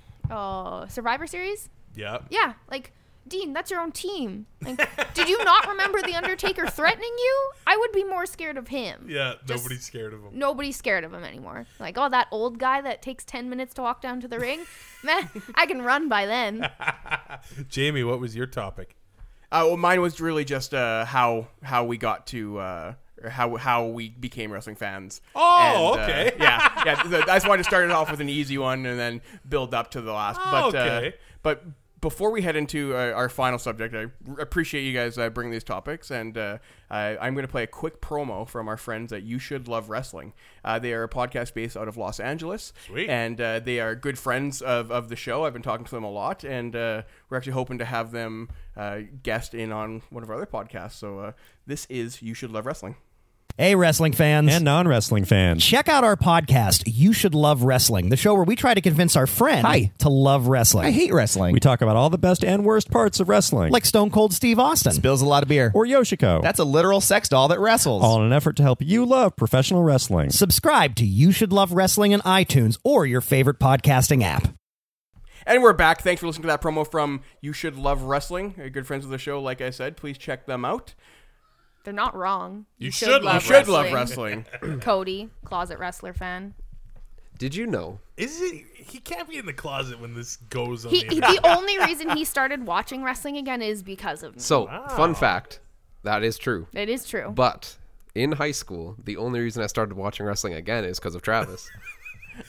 S2: the oh, Survivor Series.
S1: Yeah.
S2: Yeah, like Dean, that's your own team. Like, did you not remember the Undertaker threatening you? I would be more scared of him.
S1: Yeah.
S2: Just-
S1: Nobody's scared of him.
S2: nobody's scared of him anymore. Like, oh, that old guy that takes 10 minutes to walk down to the ring, man, I can run by then.
S1: Jamie, what was your topic?
S4: Uh, well, mine was really just uh, how how we got to uh, or how how we became wrestling fans.
S1: Oh,
S4: And, uh,
S1: okay.
S4: yeah, yeah. th- I just wanted to start it off with an easy one and then build up to the last.
S1: Oh,
S4: but,
S1: okay.
S4: Uh, but before we head into uh, our final subject, I r- appreciate you guys uh, bringing these topics, and uh, I, I'm going to play a quick promo from our friends at You Should Love Wrestling. Uh, they are a podcast based out of Los Angeles,
S1: Sweet.
S4: and uh, they are good friends of, of the show. I've been talking to them a lot, and uh, we're actually hoping to have them uh, guest in on one of our other podcasts. So uh, this is You Should Love Wrestling.
S6: Hey, wrestling fans.
S7: and non wrestling fans.
S6: Check out our podcast, You Should Love Wrestling, the show where we try to convince our friend
S7: Hi.
S6: to love wrestling.
S7: I hate wrestling. We talk about all the best and worst parts of wrestling,
S6: like Stone Cold Steve Austin.
S7: spills a lot of beer, or Yoshiko.
S8: That's a literal sex doll that wrestles.
S7: all in an effort to help you love professional wrestling.
S6: Subscribe to You Should Love Wrestling in iTunes or your favorite podcasting app.
S4: And we're back. Thanks for listening to that promo from You Should Love Wrestling. They're Good friends of the show, like I said. Please check them out.
S2: They're not wrong.
S1: You should
S4: You
S1: love
S4: should love wrestling.
S2: Cody, closet wrestler fan.
S5: Did you know?
S1: Is it? He can't be in the closet when this goes on.
S2: He,
S1: the
S2: he-
S1: internet.
S2: the only reason he started watching wrestling again is because of me.
S5: So, fun fact, that is true.
S2: it is true.
S5: But in high school, the only reason I started watching wrestling again is because of Travis.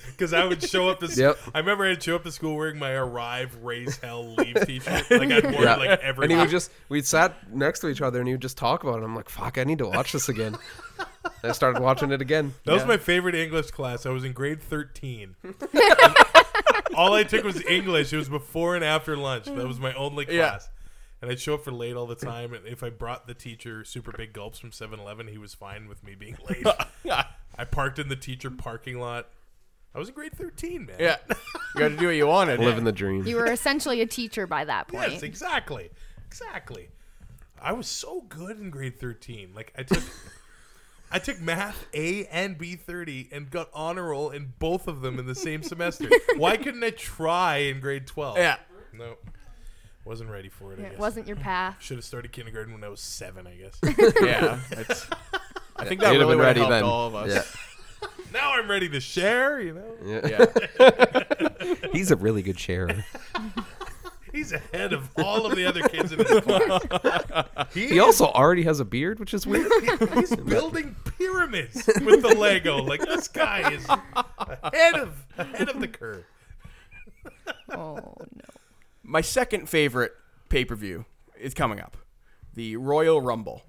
S1: Because I would show up to. s-
S5: Yep.
S1: I remember I'd show up to school wearing my arrive, raise hell, leave t-shirt. Like I'd wear
S5: yeah,
S1: it like every.
S5: and he
S1: week.
S5: would just we'd sat next to each other and he would just talk about it. I'm like, fuck, I need to watch this again. And I started watching it again.
S1: That was my favorite English class. I was in grade thirteen. all I took was English. It was before and after lunch. That was my only class.
S4: Yeah.
S1: And I'd show up for late all the time. And if I brought the teacher super big gulps from 7-Eleven, he was fine with me being late. I parked in the teacher parking lot. I was in grade thirteen, man.
S4: Yeah. You got to do what you wanted.
S5: Living the dream.
S2: you were essentially a teacher by that point.
S1: Yes, exactly. Exactly. I was so good in grade 13. Like I took I took math A and B30 and got honor roll in both of them in the same semester. Why couldn't I try in grade 12?
S4: Yeah.
S1: No. Wasn't ready for it, I
S2: It
S1: guess.
S2: wasn't your path.
S1: Should have started kindergarten when I was 7, I guess.
S4: Yeah. It's, I think that really
S5: You'd have been
S4: would have
S5: ready
S4: helped
S5: then.
S4: all of us.
S1: now I'm ready to share, you know.
S4: Yeah.
S5: Yeah. He's a really good sharer.
S1: He's ahead of all of the other kids in this class. He,
S5: He also already has a beard, which is weird.
S1: he's building pyramids with the Lego. Like this guy is ahead of ahead of the curve.
S2: Oh no.
S4: My second favorite pay per view is coming up the Royal Rumble.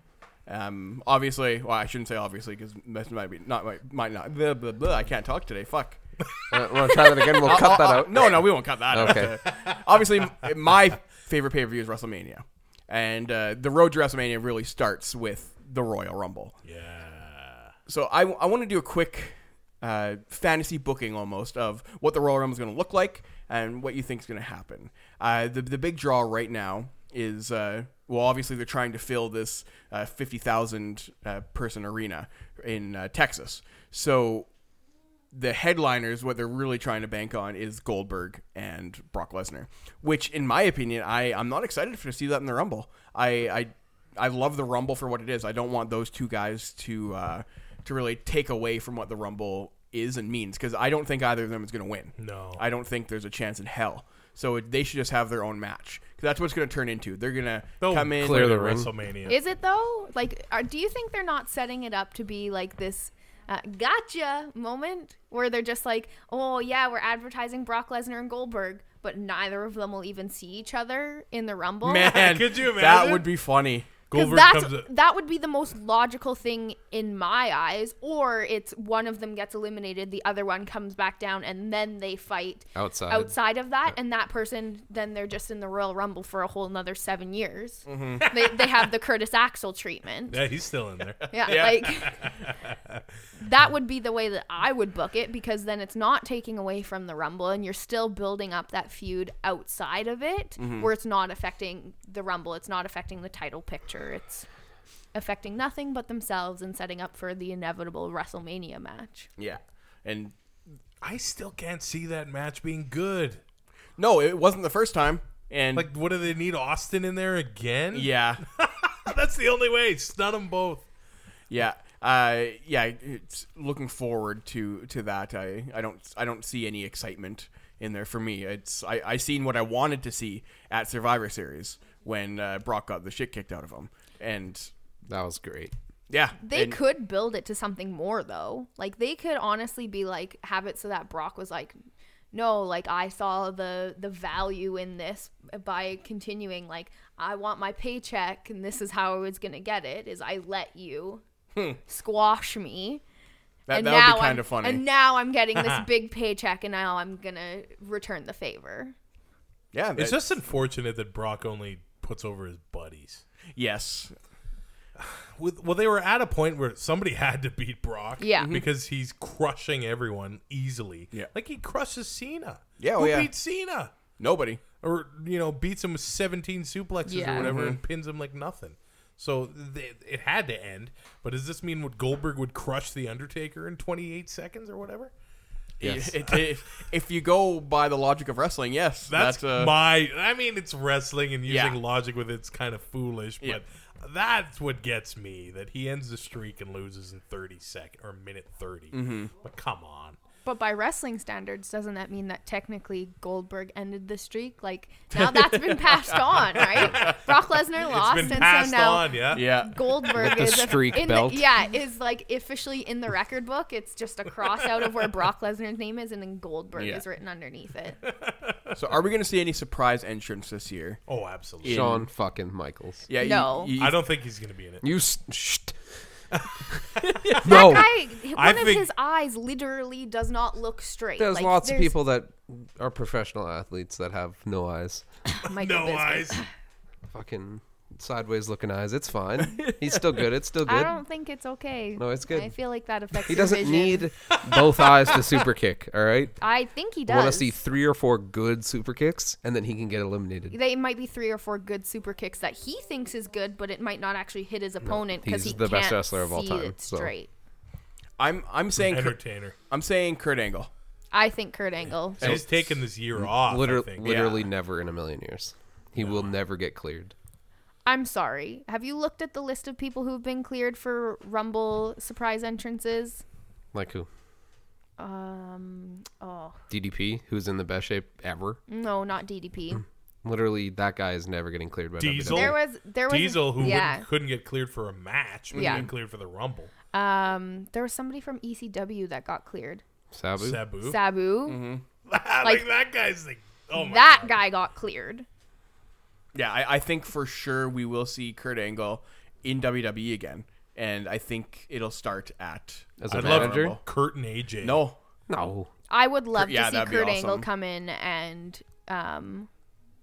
S4: Um, obviously, well, I shouldn't say obviously because that might be not might, might not. Blah, blah, blah, I can't talk today. Fuck.
S5: uh, want to try that again? We'll
S4: I'll-
S5: cut that
S4: I'll-
S5: out.
S4: uh, No, no, we won't cut that out. Uh,
S5: Okay.
S4: Obviously, m- my favorite pay per view is WrestleMania, and uh, the road to WrestleMania really starts with the Royal Rumble. Yeah. So I, I want to do a quick uh, fantasy booking almost of what the Royal Rumble is going to look like and what you think is going to happen. Uh, the the big draw right now is uh, well, obviously they're trying to fill this uh, fifty thousand uh, person arena in uh, Texas. So the headliners, what they're really trying to bank on is Goldberg and Brock Lesnar, which, in my opinion, I I'm not excited for to see that in the Rumble. I I, I love the Rumble for what it is. I don't want those two guys to uh, to really take away from what the Rumble is and means because I don't think either of them is going to win.
S1: No.
S4: I don't think there's a chance in hell. So it, they should just have their own match because that's what's going to turn into. They're going to
S1: They'll
S4: come in
S5: clear the ring.
S1: WrestleMania.
S2: Is it though? Like, are, do you think they're not setting it up to be like this? Uh, gotcha moment where they're just like, oh yeah, we're advertising Brock Lesnar and Goldberg, but neither of them will even see each other in the Rumble.
S4: Man,
S1: Could you
S4: That
S1: imagine?
S4: would be funny.
S2: Because
S1: Goldberg
S2: that's
S1: comes up-
S2: that would be the most logical thing in my eyes, or it's one of them gets eliminated, the other one comes back down, and then they fight
S5: Outside.
S2: outside of that, and that person then they're just in the Royal Rumble for a whole another seven years.
S1: Mm-hmm.
S2: they, they have the Curtis Axel treatment.
S1: Yeah, he's still in there.
S2: Yeah, like that would be the way that I would book it because then it's not taking away from the Rumble and you're still building up that feud outside of it where it's not affecting the Rumble, it's not affecting the title picture. It's affecting nothing but themselves and setting up for the inevitable WrestleMania match.
S4: Yeah, and
S1: I still can't see that match being good.
S4: no, it wasn't the first time. And
S1: Like, what do they need Austin in there again?
S4: yeah.
S1: that's the only way. Stun them both.
S4: Yeah. Uh, yeah. It's looking forward to to that. I, I don't I don't see any excitement in there for me. It's I I seen what I wanted to see at Survivor Series when uh, Brock got the shit kicked out of him, and
S5: That was great.
S4: yeah,
S2: They
S4: and-
S2: could build it to something more though. Like they could honestly be like have it so that Brock was like no, like I saw the the value in this by continuing like I want my paycheck and this is how I was going to get it is I let you squash me
S4: Hmm. that,
S2: and
S4: that
S2: now
S4: would be kind
S2: I'm-
S4: of funny.
S2: And now I'm getting this big paycheck and now I'm going to return the favor.
S4: yeah,
S1: It's
S4: that-
S1: just unfortunate that Brock only puts over his buddies.
S4: yes.
S1: With, well, they were at a point where somebody had to beat Brock.
S2: Yeah. Mhm.
S1: Because he's crushing everyone easily.
S4: Mm-hmm. Yeah.
S1: Like he crushes Cena.
S4: Yeah, oh
S1: Who
S4: yeah.
S1: beat Cena?
S4: Nobody.
S1: Or, you know, beats him with 17 suplexes
S2: Yeah.
S1: or whatever
S4: Mm-hmm.
S1: and pins him like nothing. So they, it had to end. But does this mean what Goldberg would crush The Undertaker in 28 seconds or whatever?
S5: Yes.
S4: It- it- if you go by the logic of wrestling, yes,
S1: That's,
S4: that's, uh,
S1: my. I mean, it's wrestling and using
S4: Yeah.
S1: logic with it's kind of foolish,
S4: Yeah.
S1: but that's what gets me. That he ends the streak and loses in thirty second or minute 30
S4: Mm-hmm.
S1: But come on,
S2: But by wrestling standards, doesn't that mean that technically Goldberg ended the streak? Like now that's been passed on, right? Brock Lesnar lost,
S1: it's been
S2: and
S1: passed
S2: so now
S1: on. Yeah,
S4: yeah.
S2: Goldberg
S5: the
S2: is a-
S5: streak
S2: in
S5: belt.
S2: The, yeah, is like officially in the record book. It's just a cross out of where Brock Lesnar's name is, and then Goldberg
S4: Yeah.
S2: is written underneath it.
S4: So are we going to see any surprise entrance this year?
S1: Oh, absolutely.
S5: Sean fucking Michaels.
S4: Yeah. you-
S2: No.
S4: you-
S1: I don't think he's gonna be in it.
S5: You s- sh- no.
S2: That guy, one
S1: I
S2: of
S1: think-
S2: his eyes literally does not look straight.
S5: There's
S2: Like,
S5: lots of
S2: there's-
S5: people that are professional athletes that have no eyes.
S2: Michael
S1: No
S2: Bisping.
S1: eyes.
S5: Fucking sideways looking eyes. It's fine. He's still good. It's still
S2: I
S5: good.
S2: don't think it's okay.
S5: No, it's good.
S2: I feel like that affects.
S5: He
S2: your
S5: doesn't
S2: vision.
S5: need both eyes to super kick, all right?
S2: I think he
S5: I
S2: does.
S5: want to see three or four good super kicks, and then he can get eliminated.
S2: they might be three or four good super kicks that he thinks is good, but it might not actually hit his opponent because
S5: he's
S2: he
S5: the best
S2: can't
S5: wrestler of all
S2: see
S5: time,
S2: it
S5: so.
S2: straight.
S4: I'm I'm saying Kurt,
S1: Entertainer.
S4: I'm saying Kurt Angle.
S2: I think Kurt Angle.
S1: And he's taking this year off. I
S5: Liter-
S1: think.
S5: literally never in a million years. He will never get cleared.
S2: I'm sorry. Have you looked at the list of people who've been cleared for Rumble surprise entrances?
S5: Like who?
S2: Um. Oh Um, Mm.
S5: DDP, who's in the best shape ever. Mm.
S2: no, not DDP.
S5: Literally, that guy is never getting cleared by
S1: Diesel.
S5: WWE.
S2: There was there was
S1: Diesel, who
S2: yeah
S1: wouldn't, couldn't get cleared for a match, but
S2: Yeah.
S1: he got cleared for the Rumble.
S2: um there was somebody from ECW that got cleared.
S5: E. Sabu.
S1: Sabu. Ah,
S2: Sabu,
S5: Mm-hmm.
S1: like,
S2: Like-
S1: that guy's like, oh my
S2: that
S1: God.
S2: guy got cleared.
S4: Yeah, I, I think for sure we will see Kurt Angle in WWE again, and I think it'll start at
S5: As a
S1: I'd
S5: manager?
S1: love Kurt and AJ.
S4: no.
S5: No.
S2: I would love
S4: yeah,
S2: to see
S4: that'd be
S2: Kurt Angle
S4: awesome.
S2: come in and um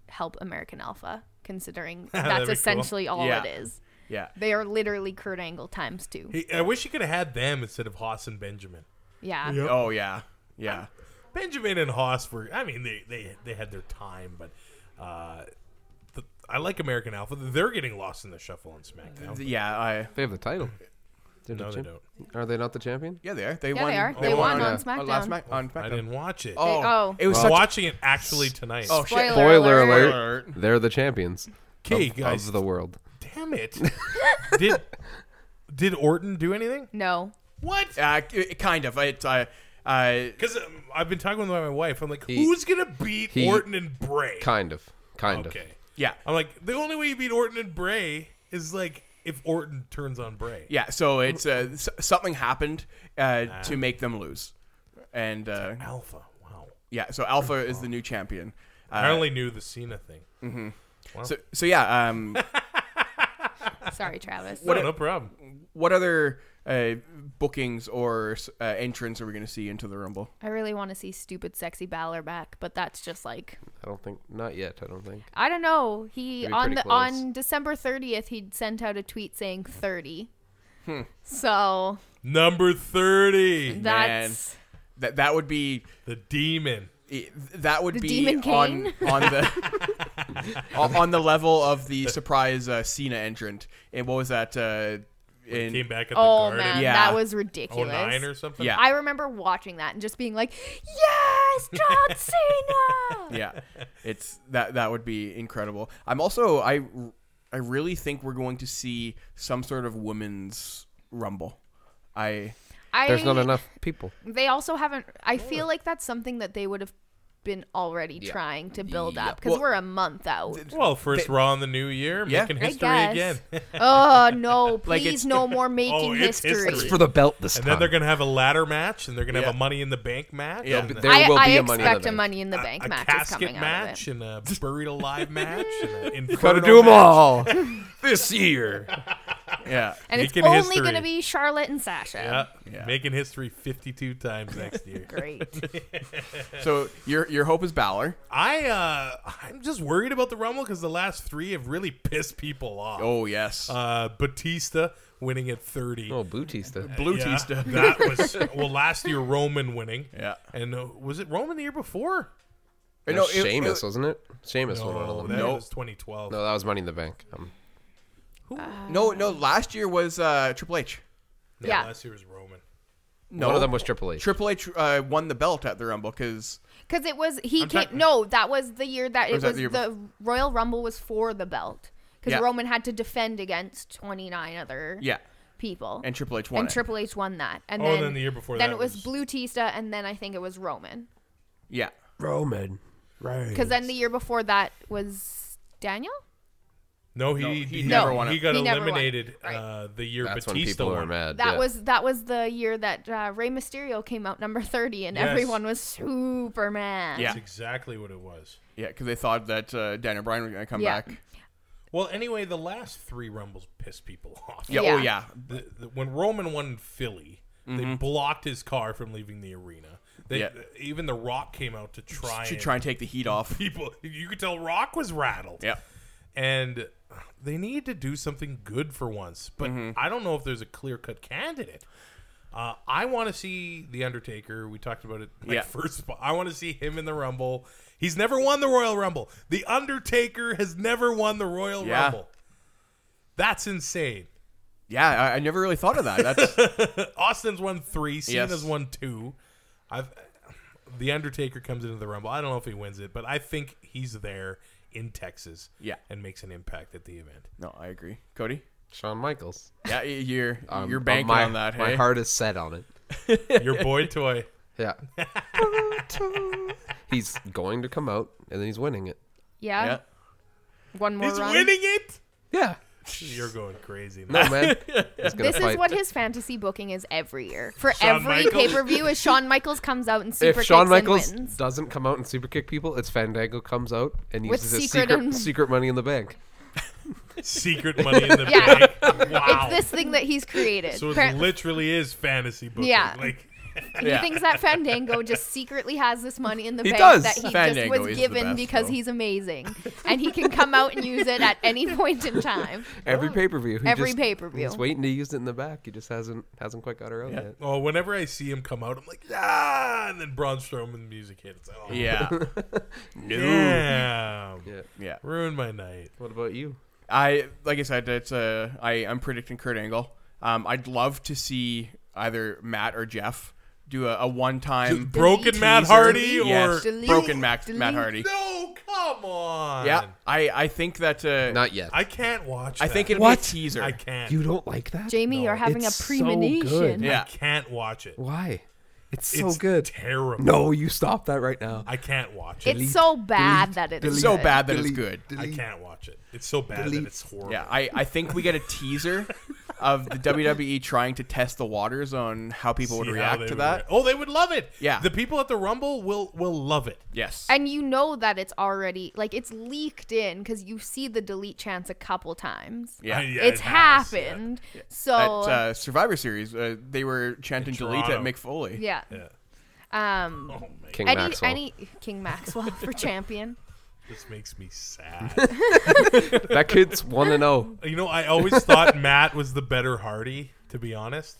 S2: help American Alpha, considering
S1: That'd
S2: that's
S1: be cool.
S2: essentially all
S4: Yeah.
S2: it is.
S4: Yeah,
S2: They are literally Kurt Angle times two.
S1: He, I wish he could have had them instead of Haas and Benjamin.
S2: Yeah.
S4: Oh yeah, yeah.
S1: Benjamin and Haas were. I mean, they they, they had their time, but uh, the, I like American Alpha. They're getting lost in the shuffle on SmackDown.
S4: Yeah, I
S5: They have the title. They're
S1: no,
S5: the
S1: they
S5: champ-
S1: don't.
S5: Are they not the champion?
S4: yeah they are. They
S2: Yeah,
S4: won.
S2: they are. They
S1: won
S2: won
S1: on
S2: on
S5: the-
S2: SmackDown.
S4: last Smack- on
S1: I
S4: SmackDown.
S1: didn't watch it.
S4: Oh,
S2: oh.
S4: it was
S1: I'm
S4: such.
S1: watching it actually tonight.
S4: oh shit.
S5: Spoiler alert.
S4: alert.
S5: They're the champions
S1: okay,
S5: of,
S1: guys.
S5: of the world.
S1: Damn it! did did Orton do anything?
S2: No.
S1: What?
S4: Uh, k- kind of. It's uh, uh,
S1: Because um, I've been talking with my wife. I'm like,
S5: He-
S1: who's gonna beat
S5: he-
S1: Orton and Bray?
S5: Kind of. Kind
S1: Okay.
S4: yeah,
S1: I'm like, the only way you beat Orton and Bray is like if Orton turns on Bray.
S4: yeah. So it's uh, s- something happened uh, to make them lose, and uh,
S1: Alpha. Wow.
S4: yeah. So Alpha is the new champion. Uh,
S1: I only knew the Cena thing.
S4: So so yeah. Um,
S2: Sorry, Travis.
S1: What? No, no problem.
S4: what other uh, bookings or uh, entrants are we going to see into the Rumble?
S2: I really want to see stupid sexy Balor back, but that's just like
S5: of. I don't think. Not yet, I don't think.
S2: I don't know. He
S5: Maybe
S2: on
S5: pretty
S2: the
S5: close.
S2: on December 30th he'd sent out a tweet saying 30. So
S1: Number 30,
S2: that's
S4: That that would be
S1: the demon.
S4: that would
S2: The
S4: be
S2: Demon
S4: on
S2: Kane?
S4: on the on on the level of the surprise uh, Cena entrant. And what was that? Uh, in
S1: Came back at
S2: oh
S1: the
S2: man,
S1: garden.
S4: Yeah.
S2: that was
S1: oh
S2: ridiculous.
S1: nine 09 or something?
S4: Yeah.
S2: I remember watching that and just being like, "Yes, John Cena!"
S4: yeah, it's that that would be incredible. I'm also I I really think we're going to see some sort of women's rumble. I
S2: I,
S5: There's not enough people.
S2: They also haven't. I feel like that's something that they would have been already trying to build up because
S4: Well-
S2: we're a month out.
S1: Well, first Raw in the new year,
S4: Yeah.
S1: making
S2: I
S1: history
S2: guess.
S1: again.
S2: oh no!
S4: Like,
S2: Please,
S4: it's-
S2: no more making
S1: Oh, it's
S2: history.
S1: history.
S5: the belt this
S1: And then they're going to have a ladder match, and they're going to have
S4: Yeah.
S1: a Money in the Bank match.
S4: Yeah.
S1: and
S5: But
S1: a-
S5: there
S2: I,
S5: will
S2: I
S5: be a money in
S2: expect
S5: the
S2: a
S5: bank.
S2: Money in the Bank
S1: a
S2: match is
S1: casket
S2: coming
S1: match
S2: out
S1: and a buried alive match and an
S5: Gotta
S1: inferno
S5: do them
S1: match.
S5: all this year.
S4: yeah
S2: of it, and it's
S1: Making
S2: only
S1: history.
S2: going to be Charlotte and Sasha.
S1: Yeah.
S4: Yeah.
S1: Making history 52 times next year.
S2: Great.
S4: so your your hope is Balor.
S1: I uh, I'm just worried about the Rumble because the last three have really pissed people off.
S4: Oh yes,
S1: Uh, Batista winning at 30.
S5: Oh, Boutista.
S4: Blue
S1: Yeah,
S4: Tista.
S1: that was well last year Roman winning.
S4: Yeah.
S1: and uh, was it Roman the year before? Oh,
S5: That was Sheamus, wasn't it? Sheamus won one of
S1: that
S5: them.
S1: was 2012.
S5: No, that was Money in the Bank. Um,
S4: No, no. Last year was uh, Triple H.
S1: No,
S2: Yeah.
S1: last year was Roman.
S4: No,
S5: One of them was Triple H.
S4: Triple H uh, won the belt at the Rumble because
S2: Because it was he came.
S1: trying-
S2: No, that was the year that it
S4: was that
S2: was
S4: the
S2: the,
S4: year
S2: Royal Rumble was for the belt because
S4: Yeah.
S2: Roman had to defend against twenty nine other
S4: yeah,
S2: people,
S4: and Triple H won.
S2: and
S4: it.
S2: Triple H won that. And
S1: Oh,
S2: then,
S1: and then the year before
S2: then
S1: that
S2: it was,
S1: was-
S2: Blue Tista, and then I think it was Roman.
S4: yeah,
S5: Roman.
S2: Because then the year before that was Daniel.
S1: No, he, he,
S4: never won
S1: He
S4: it.
S1: got
S2: He never won.
S1: eliminated
S2: Right.
S1: uh, the year
S5: That's when
S1: Batista
S5: people
S1: won.
S5: are mad.
S2: That
S5: yeah.
S2: was that was the year that uh, Rey Mysterio came out number thirty, and
S1: Yes.
S2: everyone was super mad.
S4: Yeah.
S1: That's exactly what it was.
S4: yeah, because they thought that uh, Daniel Bryan was gonna come
S2: Yeah.
S4: back.
S1: Well, anyway, the last three Rumbles pissed people off.
S4: Yeah, oh
S2: Yeah.
S4: yeah,
S1: the, the, when Roman won in Philly, they blocked his car from leaving the arena. They,
S4: Mm-hmm. Yeah.
S1: Even The Rock came out to try
S4: to
S1: and
S4: try and take the heat off.
S1: people. You could tell Rock was rattled.
S4: Yeah,
S1: and they need to do something good for once. But
S4: Mm-hmm.
S1: I don't know if there's a clear cut candidate. Uh, I want to see the Undertaker. We talked about it. Like
S4: Yeah.
S1: First, spot. I want to see him in the Rumble. He's never won the Royal Rumble. The Undertaker has never won the Royal
S4: Yeah.
S1: Rumble. That's insane.
S4: yeah. I, I never really thought of that. That's
S1: Austin's won three. Cena's
S4: Yes.
S1: won two. I've the Undertaker comes into the Rumble. I don't know if he wins it, but I think he's there in Texas.
S4: Yeah.
S1: and makes an impact at the event.
S4: no, I agree, Cody.
S5: Shawn Michaels.
S4: Yeah, y- you're
S5: Um,
S4: you're
S5: uh,
S4: banking
S5: my-
S4: on that.
S5: My
S4: hey?
S5: heart is set on it.
S1: Your boy toy.
S5: Yeah. he's going to come out and then he's winning it.
S2: Yeah.
S4: Yeah.
S2: one more
S1: He's
S2: run.
S1: winning it.
S5: Yeah.
S1: You're going crazy.
S5: No, man. He's gonna
S2: This is
S5: fight.
S2: what his fantasy booking is every year. For
S1: Shawn
S2: every
S1: Michaels.
S2: pay per view, is Shawn Michaels comes out and super
S5: if Shawn
S2: kicks
S5: Michaels
S2: and wins.
S5: doesn't come out and superkick people, it's Fandango comes out and
S2: With
S5: uses his
S2: secret
S5: secret
S2: and-
S5: secret money in the bank.
S1: Secret money in the
S2: Yeah.
S1: bank. Wow.
S2: It's this thing that he's created.
S1: so it
S2: Apparently-
S1: literally is fantasy booking.
S2: Yeah.
S1: Like
S2: He thinks that Fandango just secretly has this money in the
S4: He
S2: bank
S4: does.
S2: that he
S4: Fandango
S2: just was
S4: is the
S2: given
S4: best,
S2: because
S4: though.
S2: he's amazing, and he can come out and use it at any point in time.
S5: Every pay per view.
S2: Every pay-per-view.
S5: He's waiting to use it in the back. He just hasn't hasn't quite got around yet.
S1: Oh, whenever I see him come out, I'm like, ah! And then Braun Strowman music hits. It's like, oh,
S4: Yeah.
S1: Damn.
S5: Yeah.
S4: yeah.
S1: Ruined my night.
S5: What about you?
S4: I like I said, it's uh, I I'm predicting Kurt Angle. Um, I'd love to see either Matt or Jeff do a, a one time
S1: Broken Matt Hardy or.
S4: yes,
S2: Delete.
S4: broken Max,
S2: Delete.
S4: Matt Hardy.
S1: No, come on.
S4: Yeah, I I think that uh,
S5: Not yet.
S1: I can't watch
S4: I
S1: that.
S4: think it'd
S5: What?
S4: be a teaser.
S1: I can't.
S5: you don't like that?
S2: Jamie, you're having
S5: It's
S2: a
S5: so
S2: premonition.
S5: good.
S4: Yeah.
S1: I can't watch it.
S5: Why? It's,
S1: It's
S5: so good.
S1: terrible.
S5: no, you stop that right now.
S1: I can't watch it.
S2: It's so bad that it's
S4: It's so
S2: good.
S4: bad that it's good.
S1: I can't watch it. It's so bad that it's horrible.
S4: Yeah, I, I think we get a teaser of the WWE trying to test the waters on how people would
S1: See how
S4: react
S1: they
S4: to
S1: would
S4: that.
S1: react. Oh, they would love it.
S4: Yeah.
S1: The people at the Rumble will will love it.
S4: Yes.
S2: And you know that it's already like it's leaked in because you see the delete chance a couple times.
S4: yeah.
S1: I- yeah,
S2: it's
S1: it has, yeah.
S2: happened. So
S4: At uh, Survivor Series, uh, they were chanting
S1: In
S4: "delete" at
S1: Toronto.
S4: Mick Foley.
S2: yeah. Um,
S5: King
S2: any
S5: Maxwell.
S2: any King Maxwell for champion.
S1: This makes me sad.
S5: That kid's one and oh. zero.
S1: You know, I always thought Matt was the better Hardy, to be honest.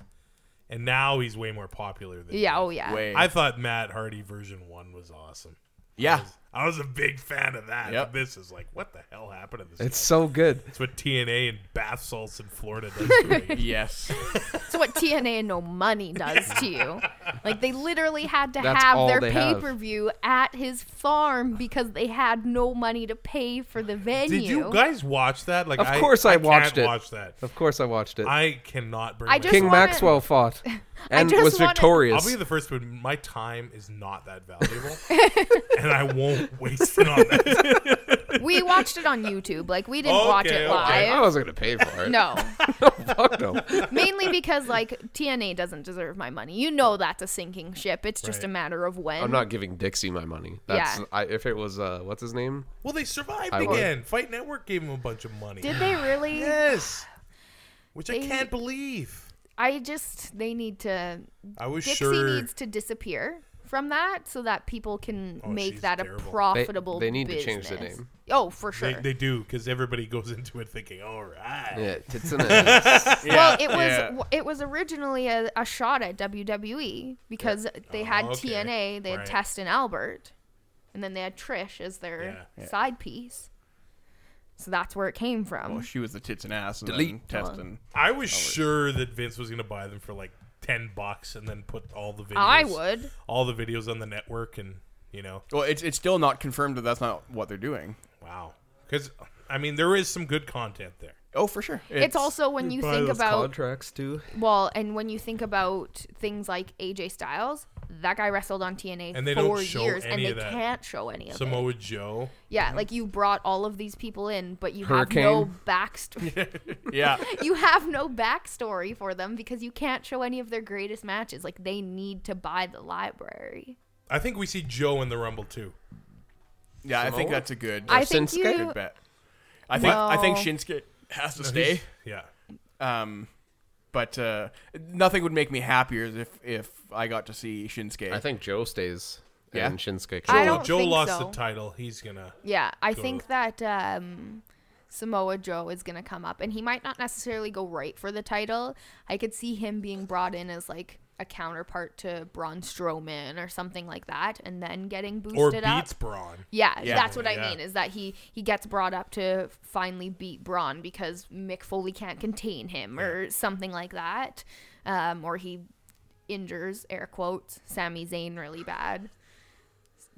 S1: And now he's way more popular than
S2: Yeah.
S1: he
S2: Oh
S1: was.
S2: yeah.
S4: Way.
S1: I thought Matt Hardy version one was awesome.
S4: yeah.
S1: I was a big fan of that. But
S4: Yep.
S1: This is like, what the hell happened to this?
S5: It's
S1: guy?
S5: so good.
S1: It's what TNA and bath salts in Florida does to me.
S4: Yes.
S2: It's what TNA and No Money does to you. Like they literally had to
S5: That's
S2: have
S5: all
S2: their
S5: they have.
S2: pay per view at his farm because they had no money to pay for the venue.
S1: Did you guys watch that? Like,
S5: Of course I watched
S1: can't
S5: it.
S1: Watch that.
S5: Of course, I watched it.
S1: I cannot bring.
S2: I
S1: my-
S2: just-
S5: King
S2: wanna-
S5: Maxwell fought and
S2: just
S5: was
S2: wanna-
S5: victorious.
S1: I'll be the first one. My time is not that valuable, and I won't waste it on that.
S2: we watched it on YouTube. Like we didn't watch
S1: Okay,
S2: it
S1: okay.
S2: live.
S5: I wasn't gonna pay for it.
S2: No,
S5: fuck no.
S2: mainly because like TNA doesn't deserve my money. You know that's a sinking ship. It's just
S1: Right.
S2: a matter of when.
S5: I'm not giving Dixie my money. That's
S2: Yeah.
S5: I, if it was uh, what's his name?
S1: Well, they survived
S5: I would.
S1: again. Fight Network gave them a bunch of money.
S2: Did they really?
S1: Yes, which I
S2: They-
S1: can't believe.
S2: I just they need to.
S1: I was
S2: Dixie
S1: sure.
S2: needs to disappear from that so that people can
S1: Oh,
S2: make
S1: she's
S2: that
S1: terrible.
S2: a
S1: They-
S2: profitable.
S5: they need to change the
S2: business.
S5: name.
S2: Oh, for sure.
S1: they, they do because everybody goes into it thinking, "All right,
S5: Yeah, tits and ass.
S2: Well, it was
S4: Yeah.
S2: w- it was originally a, a shot at WWE because they had
S1: Oh, okay.
S2: TNA, they had
S1: Right.
S2: Test and Albert, and then they had Trish as their side piece. So that's where it came from.
S1: Oh,
S4: Well, she was the tits and ass. And
S5: Delete.
S4: Then testing.
S1: I was sure that Vince was going to buy them for like ten bucks and then put all the videos.
S2: I would.
S1: all the videos on the network, and you know,
S4: Well, it's it's still not confirmed that that's not what they're doing.
S1: wow. Because I mean, there is some good content there.
S4: Oh, for sure.
S2: It's, also when you
S1: buy
S2: think
S1: those
S2: about
S5: Contracts too.
S2: well, and when you think about things like AJ Styles, that guy wrestled on TNA
S1: And they
S2: for
S1: don't show
S2: years, and
S1: any
S2: they
S1: of that.
S2: can't show any of it.
S1: Samoa Joe.
S2: Yeah, like you brought all of these people in, but you
S5: Hurricane.
S2: have no backstory.
S4: yeah.
S2: you have no backstory for them because you can't show any of their greatest matches. Like they need to buy the library.
S1: I think we see Joe in the Rumble too.
S4: Yeah, I think
S5: Samoa?
S4: that's a good.
S2: I think
S5: Shinsuke?
S2: you.
S4: bet. I think I think
S2: No.
S4: Shinsuke has to stay.
S1: Yeah.
S4: Um, but uh, nothing would make me happier if if I got to see Shinsuke.
S5: I think Joe stays.
S4: Yeah.
S5: And Shinsuke.
S2: I
S1: Joe,
S2: don't
S1: Joe
S2: think
S1: lost
S2: so.
S1: the title. He's gonna.
S2: Yeah, I
S1: Go.
S2: think that um, Samoa Joe is gonna come up, and he might not necessarily go right for the title. I could see him being brought in as like a counterpart to Braun Strowman or something like that, and then getting boosted
S1: Or beats
S2: up.
S1: Braun.
S2: Yeah,
S4: Yeah.
S2: that's what I
S1: Yeah.
S2: mean is that he he gets brought up to finally beat Braun because Mick Foley can't contain him or something like that, um, or he injures air quotes Sami Zayn really bad.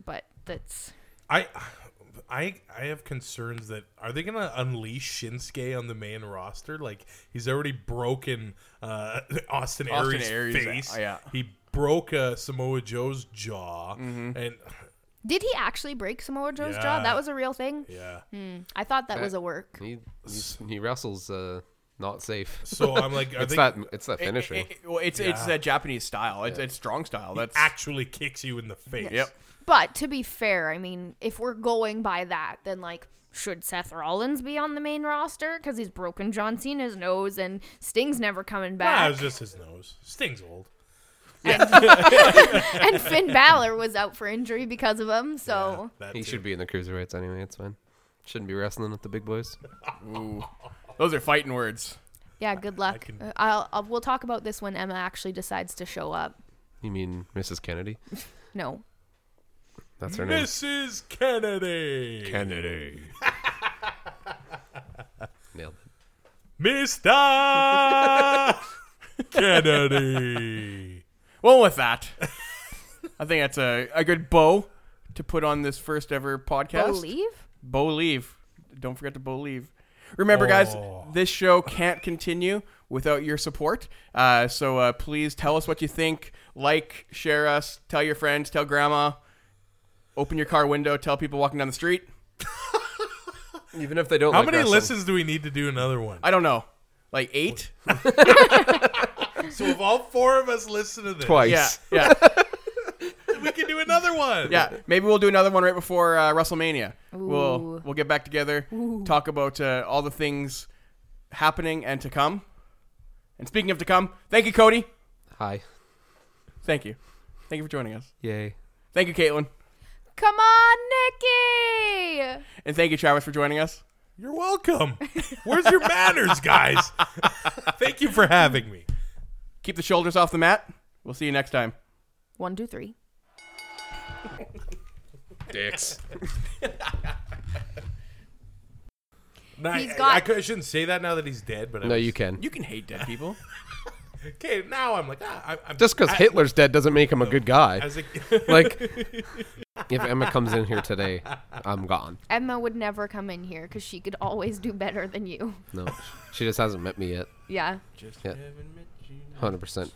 S2: But that's
S1: I, I, I have concerns that are they gonna unleash Shinsuke on the main roster? Like he's already broken uh, Austin, Aries'
S4: Aries,
S1: face.
S4: uh, yeah.
S1: He broke uh, Samoa Joe's jaw, and
S2: Did he actually break Samoa Joe's jaw?
S1: Yeah.
S2: That was a real thing.
S1: Yeah. Mm.
S2: I thought that
S5: That-
S2: was a work.
S5: He, he's- he wrestles uh, not safe.
S1: So I'm like, are
S5: it's
S1: they
S5: that it's that finisher.
S4: It- it- well, it's it's that Japanese style. It's, it's strong style. That's
S1: actually kicks you in the face?
S4: Yep.
S2: But to be fair, I mean, if we're going by that, then like, should Seth Rollins be on the main roster? Because he's broken John Cena's nose and Sting's never coming
S1: Nah, Ah, it
S2: back.
S1: was just his nose. Sting's old.
S2: and Finn Balor was out for injury because of him. So
S1: That
S5: he
S1: too.
S5: should be in the cruiserweights anyway. It's fine. Shouldn't be wrestling with the big boys.
S4: those are fighting words.
S2: yeah, good luck.
S1: can-
S2: Uh, I'll, I'll we'll talk about this when Emma actually decides to show up.
S5: You mean Mrs. Kennedy?
S2: No,
S5: That's her name.
S1: Mrs. Kennedy.
S5: Kennedy. Nailed it.
S1: Mr. Kennedy.
S4: Well, with that, I think that's a, a good bow to put on this first ever podcast.
S2: believe.
S4: Bo leave. Don't forget to Bo leave. Remember, guys, this show can't continue without your support. Uh, so uh, please tell us what you think. Like, share us, tell your friends, tell grandma. Open your car window, tell people walking down the street.
S5: Even if they don't.
S1: How
S5: like
S1: many
S5: wrestling.
S1: listens do we need to do another one?
S4: I don't know, like eight.
S1: So if all four of us listen to this,
S5: Twice.
S4: Yeah, yeah,
S1: we can do another one.
S4: yeah. Maybe we'll do another one right before uh, WrestleMania. We'll
S2: Ooh.
S4: we'll get back together, talk about uh, all the things happening and to come. And speaking of to come, thank you, Cody.
S5: Hi.
S4: Thank you, thank you for joining us.
S5: Yay.
S4: Thank you, Caitlin.
S2: Come on, Nikki.
S4: And thank you, Travis, for joining us.
S1: You're welcome. Where's your manners, guys? Thank you for having me.
S4: Keep the shoulders off the mat. We'll see you next time.
S2: One, two, three.
S5: Dicks.
S1: No, I-
S2: He's
S1: I-
S2: got-
S1: I, cou- I shouldn't say that now that he's dead, but I
S5: No,
S1: was-
S5: you can.
S4: You can hate dead people.
S1: Okay, now I'm like, ah, I, I'm
S5: Just because
S1: I-
S5: Hitler's dead doesn't make him a good guy.
S1: I was like,
S5: like, if Emma comes in here today, I'm gone.
S2: Emma would never come in here because she could always do better than you.
S5: No, she just hasn't met me yet.
S2: Yeah.
S5: Hundred percent.